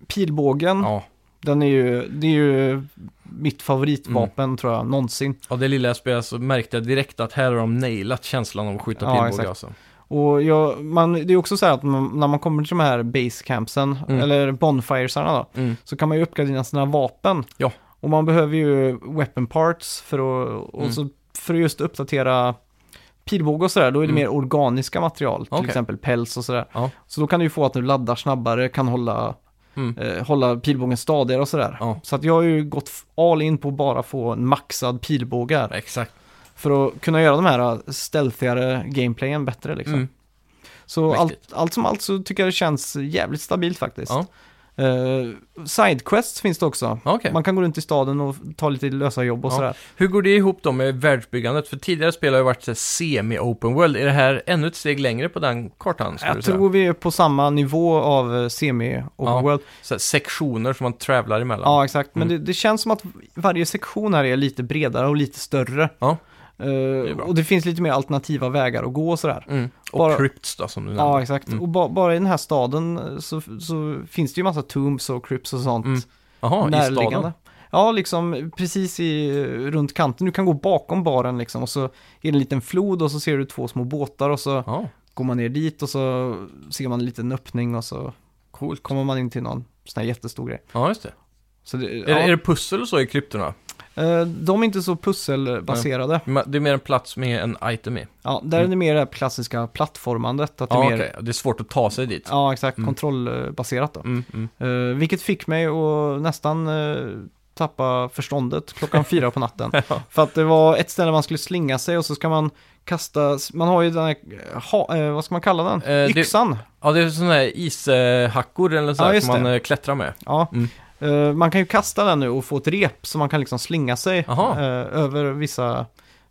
S1: pilbågen,
S2: Ja.
S1: den är ju, det är ju mitt favoritvapen
S2: Mm.
S1: tror jag, någonsin.
S2: Av det lilla jag spelade så märkte jag direkt att här har de nailat känslan av att skjuta
S1: Ja,
S2: pilbåge
S1: exakt.
S2: alltså.
S1: Och jag, man, det är också så här att man, när man kommer till de här basecampsen,
S2: Mm.
S1: eller bonfiresarna då,
S2: Mm.
S1: så kan man ju uppgradera sina vapen.
S2: Ja.
S1: Och man behöver ju weapon parts för att, och
S2: Mm.
S1: så för att just uppdatera pilbåge och sådär, då är det
S2: Mm.
S1: mer organiska material, till
S2: Okej.
S1: exempel päls och sådär.
S2: Ja.
S1: Så då kan du ju få att du laddar snabbare, kan hålla,
S2: Mm.
S1: eh, hålla pilbågen stadigare och sådär.
S2: Ja.
S1: Så att jag har ju gått f- all in på att bara få en maxad pilbåge här,
S2: Exakt.
S1: för att kunna göra de här äh, stealthigare gameplayen bättre liksom.
S2: Mm.
S1: Så
S2: Mäktigt.
S1: allt, allt som allt så tycker jag det känns jävligt stabilt faktiskt.
S2: Ja.
S1: Eh, sidequests finns det också.
S2: Ja, okej.
S1: Man kan gå runt i staden och ta lite lösa jobb och
S2: Ja.
S1: sådär.
S2: Hur går det ihop då med världsbyggandet? För tidigare spel har ju varit så här semi-open world. Är det här ännu ett steg längre på den kartan? skulle du
S1: Jag
S2: säga?
S1: tror vi är på samma nivå av eh, semi
S2: Ja.
S1: overworld
S2: Så här, sektioner som man travlar emellan.
S1: Ja, exakt. Men
S2: Mm.
S1: det, det känns som att varje sektion här är lite bredare och lite större.
S2: Ja.
S1: Eh,
S2: är bra.
S1: och det finns lite mer alternativa vägar att gå och sådär.
S2: Mm. Och
S1: Bara-
S2: crypts då som du nämnde.
S1: Ja, exakt.
S2: Mm.
S1: Och ba bara i den här staden eh, så, så finns det ju massa tombs och crypts och sånt.
S2: Mm. Jaha, i staden.
S1: närliggande. Ja, liksom precis i, runt kanten. Du kan gå bakom baren liksom och så är det en liten flod och så ser du två små båtar och så
S2: Ja,
S1: går man ner dit och så ser man en liten öppning och så
S2: coolt.
S1: kommer man in till någon sån här jättestor grej.
S2: Ja, just det.
S1: Så det,
S2: Är,
S1: ja,
S2: är det pussel och så i kryptorna?
S1: eh, De är inte så pusselbaserade.
S2: Ma- Det är mer en plats med en item i.
S1: Ja, där är det mer det här klassiska plattformandet. Att det är
S2: Mm. Ja,
S1: mer,
S2: okej. Det är svårt att ta sig dit.
S1: ja, exakt,
S2: Mm.
S1: kontrollbaserat då.
S2: Mm, mm.
S1: Eh, vilket fick mig att nästan eh, tappa förståndet klockan fyra på natten. För att det var ett ställe man skulle slinga sig och så ska man kasta, man har ju den här, ha, eh, vad ska man kalla den?
S2: Eh, det-
S1: Yxan.
S2: Ja, det är sådana här ishackor eller så här
S1: Ja, just
S2: som man
S1: det.
S2: eh, klättrar med.
S1: Ja.
S2: Mm.
S1: Eh, man kan ju kasta den nu och få ett rep så man kan liksom slinga sig
S2: Aha.
S1: eh, över vissa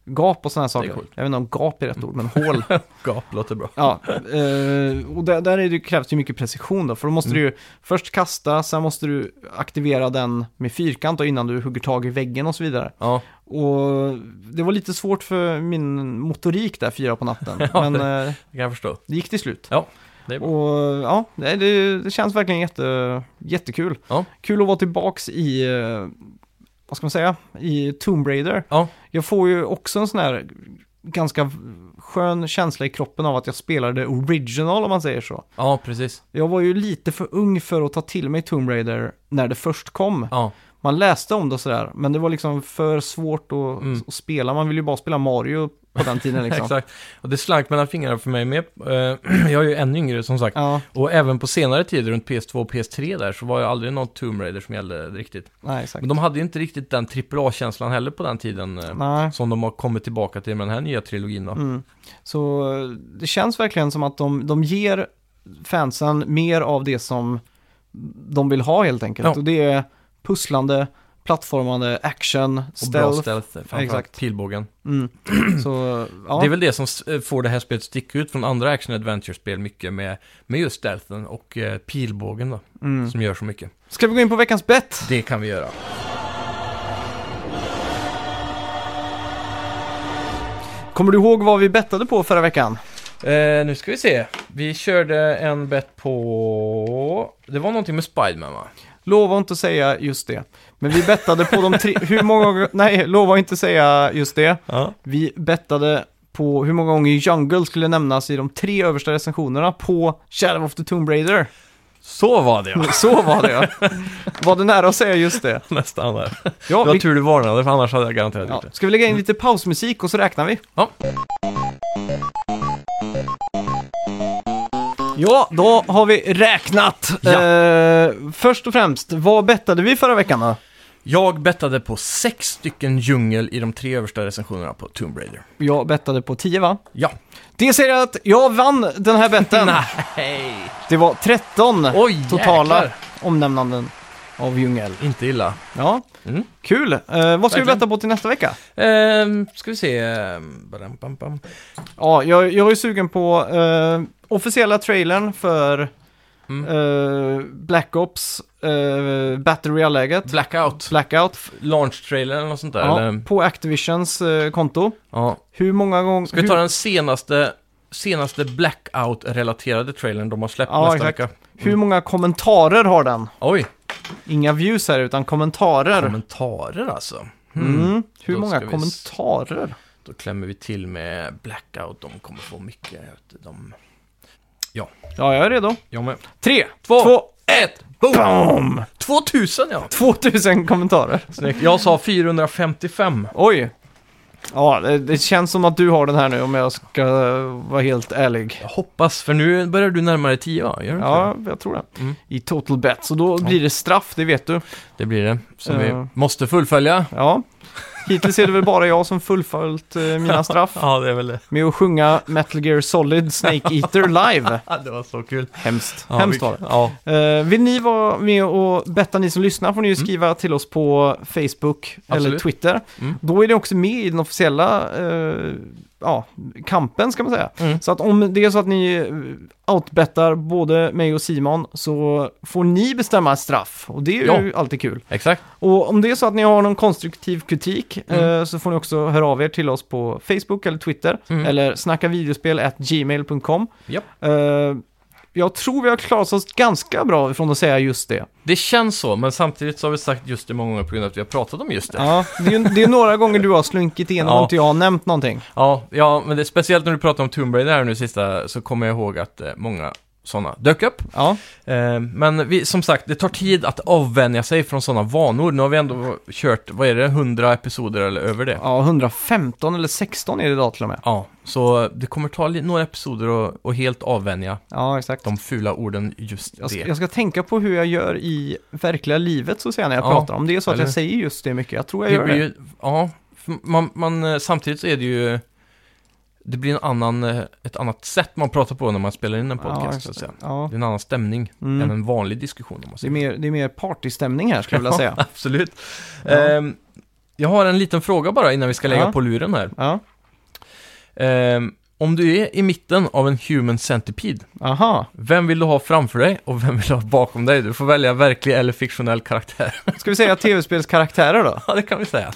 S1: gap och sådana saker.
S2: coolt.
S1: Jag vet inte om gap är rätt ord, men hål.
S2: Gap låter bra.
S1: ja, eh, och där, där är det, krävs ju mycket precision då, för då måste
S2: Mm.
S1: du ju först kasta, sen måste du aktivera den med fyrkant då, innan du hugger tag i väggen och så vidare.
S2: Ja,
S1: Och det var lite svårt för min motorik där fyra på natten.
S2: Ja,
S1: men eh,
S2: det kan jag förstå.
S1: det gick till slut.
S2: Ja, det är bra.
S1: Och ja, nej, det, det känns verkligen jätte, jättekul.
S2: Ja.
S1: Kul att vara tillbaks i, eh, vad ska man säga, i Tomb Raider.
S2: Ja.
S1: Jag får ju också en sån här ganska skön känsla i kroppen av att jag spelade original om man säger så.
S2: Ja, precis.
S1: Jag var ju lite för ung för att ta till mig Tomb Raider när det först kom.
S2: Ja,
S1: Man läste om det och sådär, men det var liksom för svårt att,
S2: Mm.
S1: att spela. Man ville ju bara spela Mario på den tiden liksom.
S2: exakt. Och det slank mellan fingrarna för mig med. Eh, Jag är ju ännu yngre som sagt.
S1: Ja,
S2: Och även på senare tid runt PS2 och PS3 där så var jag aldrig någon Tomb Raider som gällde riktigt.
S1: nej exakt.
S2: Men de hade ju inte riktigt den AAA-känslan heller på den tiden. eh,
S1: Nej.
S2: Som de har kommit tillbaka till med den här nya trilogin då.
S1: Mm. Så eh, det känns verkligen som att de, de ger fansen mer av det som de vill ha helt enkelt.
S2: Ja.
S1: Och det är pusslande, plattformande, action,
S2: Och bra
S1: stealth.
S2: stealth, framförallt
S1: Exakt.
S2: pilbågen.
S1: Mm. Så, ja.
S2: Det är väl det som s- eh, får det här spelet sticka ut från andra action adventure-spel mycket med, med just stealthen och eh, pilbågen då,
S1: mm.
S2: som gör så mycket.
S1: Ska vi gå in på veckans bett?
S2: Det kan vi göra.
S1: Kommer du ihåg vad vi bettade på förra veckan?
S2: Eh, nu ska vi se. Vi körde en bet på... Det var någonting med Spiderman va?
S1: Lova inte att säga just det. Men vi bettade på de tre... Hur många gånger... Nej, lova inte att säga just det.
S2: Ja.
S1: Vi bettade på hur många gånger Jungle skulle nämnas i de tre översta recensionerna på Shadow of the Tomb Raider.
S2: Så var det ja.
S1: Så var det ja. Var det nära att säga just det?
S2: Nästan där. Det
S1: Ja,
S2: var
S1: vi...
S2: tur du varnade för annars hade jag garanterat
S1: ja.
S2: gjort det.
S1: Ska vi lägga in lite pausmusik och så räknar vi?
S2: Ja.
S1: Ja, då har vi räknat.
S2: Ja.
S1: Eh, först och främst, vad bettade vi förra veckan då?
S2: Jag bettade på sex stycken djungel i de tre översta recensionerna på Tomb Raider.
S1: Jag bettade på 10 va?
S2: Ja.
S1: Det säger att jag vann den här betten.
S2: Nej!
S1: Det var 13
S2: Oj,
S1: totala
S2: jäklar.
S1: omnämnanden av djungel.
S2: Inte illa.
S1: Ja,
S2: Mm.
S1: kul. Eh, vad ska vi
S2: Verkligen.
S1: betta på till nästa vecka?
S2: Ehm, ska vi se. ehm, badam, bam, bam.
S1: Ja, jag, jag är sugen på eh, officiella trailern för
S2: Mm.
S1: eh, Black Ops, eh, Battle Royale-läget,
S2: Blackout.
S1: Blackout,
S2: Launch-trailer eller något sånt där.
S1: ja,
S2: Eller?
S1: på Activisions eh, konto.
S2: Ja.
S1: Hur många gånger...
S2: Ska vi ta den senaste, senaste Blackout-relaterade trailern de har släppt
S1: Ja,
S2: nästa
S1: exakt.
S2: vecka?
S1: hur, hur många kommentarer har den?
S2: Oj,
S1: Inga views här, utan kommentarer.
S2: kommentarer alltså.
S1: mm.
S2: Mm.
S1: Hur
S2: Då
S1: många
S2: ska vi s-
S1: kommentarer?
S2: Då klämmer vi till med Blackout, de kommer få mycket. jag vet inte, De...
S1: Ja, jag är redo.
S2: Jag med.
S1: Tre,
S2: Två,
S1: två,
S2: ett, boom!
S1: boom!
S2: 2000 ja!
S1: 2000 kommentarer.
S2: Snyggt. Jag sa 455.
S1: Oj. Ja, det, det känns som att du har den här nu om jag ska eh, vara helt ärlig.
S2: Jag hoppas, för nu börjar du närma dig 10 va? Gör du inte
S1: Ja, jag tror det.
S2: Mm.
S1: I total bet, så då blir det straff, det vet du.
S2: det? Det blir det, som
S1: Eh.
S2: vi måste fullfölja.
S1: Ja. Hittills är det väl bara jag som fullföljt eh, mina straff
S2: Ja, det är väl det.
S1: med att sjunga Metal Gear Solid Snake Eater live.
S2: det var så kul.
S1: Hemskt.
S2: Ja,
S1: Hemskt
S2: vi-
S1: var det.
S2: Ja,
S1: Eh, vill ni vara med och betta, ni som lyssnar, får ni ju skriva till oss på Facebook eller
S2: Mm. Absolut.
S1: Twitter.
S2: Mm.
S1: Då är det också med i den officiella eh, ja, kampen, ska man säga.
S2: Mm.
S1: Så att om det är så att ni eh, outbettar både mig och Simon så får ni bestämma ett straff. Och det är ju alltid kul.
S2: exakt.
S1: Och om det är så att ni har någon konstruktiv kritik eh, så får ni också höra av er till oss på Facebook eller Twitter.
S2: Mm.
S1: Eller snackavideospel.gmail.com.
S2: Japp.
S1: Eh, jag tror vi har klarat oss ganska bra ifrån att säga just det.
S2: Det känns så, men samtidigt så har vi sagt just det många gånger på grund av att vi har pratat om just det.
S1: Ja, det, är, ju- det är några gånger du har slunkit igenom
S2: Ja.
S1: och inte jag har nämnt någonting.
S2: Ja, ja men det, speciellt när du pratade om Tomb Raider här nu sista så kommer jag ihåg att eh, många sådana dök upp.
S1: Ja,
S2: Eh, men vi, som sagt, det tar tid att avvänja sig från sådana vanor. Nu har vi ändå kört, vad är det, 100 episoder eller över det?
S1: ja 115 eller 16 är det idag till och med.
S2: Ja, så det kommer ta li- några episoder och, och helt avvänja
S1: Ja, exakt.
S2: de fula orden just
S1: Jag ska,
S2: det.
S1: jag ska tänka på hur jag gör i verkliga livet så sen när jag
S2: Ja,
S1: pratar om det. är så att
S2: eller-
S1: jag säger just det mycket. Jag tror jag
S2: Det
S1: gör
S2: blir
S1: det.
S2: ju, ja, för man, man, eh, samtidigt så är det ju, det blir en annan, eh, ett annat sätt man pratar på när man spelar in en podcast, så att säga.
S1: Ja,
S2: Det är en annan stämning
S1: Mm.
S2: än en vanlig diskussion om man
S1: det, är
S2: säger.
S1: mer, det är mer partystämning här skulle jag vilja säga.
S2: Absolut.
S1: Ja.
S2: Ehm, jag har en liten fråga bara innan vi ska lägga
S1: Ja.
S2: på luren här.
S1: Ja,
S2: Ehm, om du är i mitten av en human centipede,
S1: aha.
S2: vem vill du ha framför dig och vem vill du ha bakom dig? Du får välja verklig eller fiktionell karaktär.
S1: Ska vi säga tv-spelskaraktärer då?
S2: ja, det kan vi säga.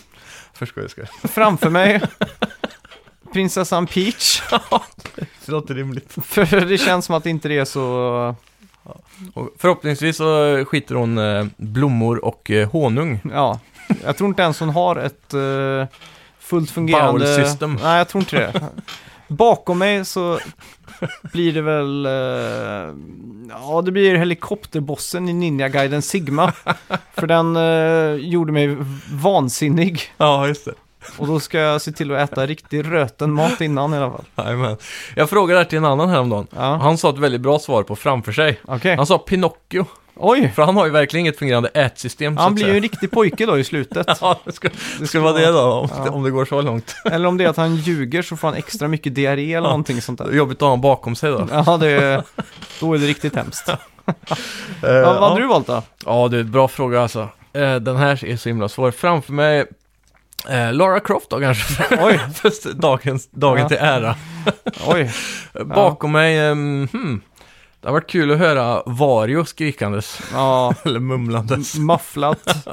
S2: För skojs skull.
S1: Framför mig, prinsessan Peach.
S2: Det låter rimligt.
S1: För det känns som att inte det är så...
S2: Och förhoppningsvis så skiter hon eh, blommor och eh, honung.
S1: Ja, jag tror inte ens hon har ett eh, fullt fungerande...
S2: Bowel system.
S1: Nej, jag tror inte det. Bakom mig så blir det väl... eh, ja, det blir helikopterbossen i Ninja-guiden Sigma. För den eh, gjorde mig vansinnig.
S2: Ja, just det.
S1: Och då ska jag se till att äta riktig röten mat innan i alla fall.
S2: Jajamän. Jag frågade det här till en annan häromdagen.
S1: Ja,
S2: Han sa ett väldigt bra svar på framför sig.
S1: okej.
S2: Han sa Pinocchio.
S1: Oj!
S2: För han har ju verkligen inget fungerande ätsystem. så
S1: Han
S2: att
S1: blir
S2: säga.
S1: ju en riktig pojke då i slutet.
S2: Ja, det ska, det ska vara det då, om,
S1: Ja.
S2: om det går så långt.
S1: Eller om det är att han ljuger så får han extra mycket diarré eller någonting sånt där.
S2: Jobbigt att ha honom bakom sig då.
S1: Ja, det är, då är det riktigt hemskt.
S2: Eh,
S1: Ja, vad
S2: ja.
S1: hade du valt då?
S2: ja, det är en bra fråga alltså. Eh, den här är så himla svår. Framför mig, eh, Lara Croft då kanske.
S1: Oj,
S2: Fast dagens, dagen
S1: Ja.
S2: till ära.
S1: oj.
S2: Eh, Bakom mig, ehm, hmm, Det har varit kul att höra Vario skrikandes.
S1: Ja,
S2: Eller mumlandes.
S1: mufflat.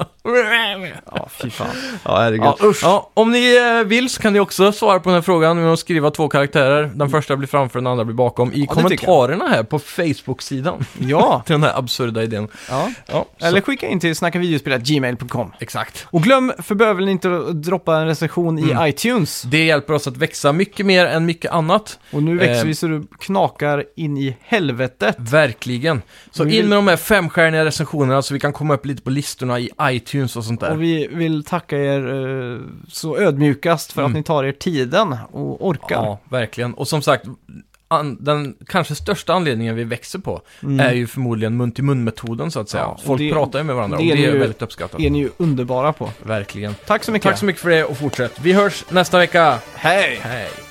S1: Ja, fy fan.
S2: Ja, herregud.
S1: Ja,
S2: Ja, om ni eh, vill så kan ni också svara på den här frågan genom att skriva två karaktärer. Den första blir framför, den andra blir bakom. I
S1: tycker
S2: kommentarerna här på Facebook-sidan.
S1: Ja,
S2: Till den här absurda idén.
S1: ja.
S2: Ja,
S1: Eller skicka in till snackavideospel.gmail.com.
S2: exakt.
S1: Och glöm för bövelen inte att droppa en recension i
S2: Mm.
S1: iTunes.
S2: Det hjälper oss att växa mycket mer än mycket annat.
S1: Och nu växer
S2: Eh.
S1: vi så du knakar in i helvetet.
S2: Verkligen. Så
S1: Vi
S2: in
S1: vill-
S2: med de här femstjärniga recensionerna så vi kan komma upp lite på listorna i iTunes och sånt där.
S1: Och vi vill tacka er eh, så ödmjukast för att ni tar er tiden och orkar.
S2: Mm. Ja, verkligen. Och som sagt, an, den kanske största anledningen vi växer på
S1: Mm.
S2: är ju förmodligen mun-till-mun-metoden så att säga.
S1: Ja, och
S2: Folk
S1: det-
S2: pratar ju med varandra
S1: det
S2: och
S1: är
S2: det är
S1: ju-
S2: väldigt uppskattat.
S1: Det är ni ju underbara på.
S2: Verkligen.
S1: Tack så mycket.
S2: Tack så mycket för det och fortsätt. Vi hörs nästa vecka.
S1: Hej!
S2: Hej!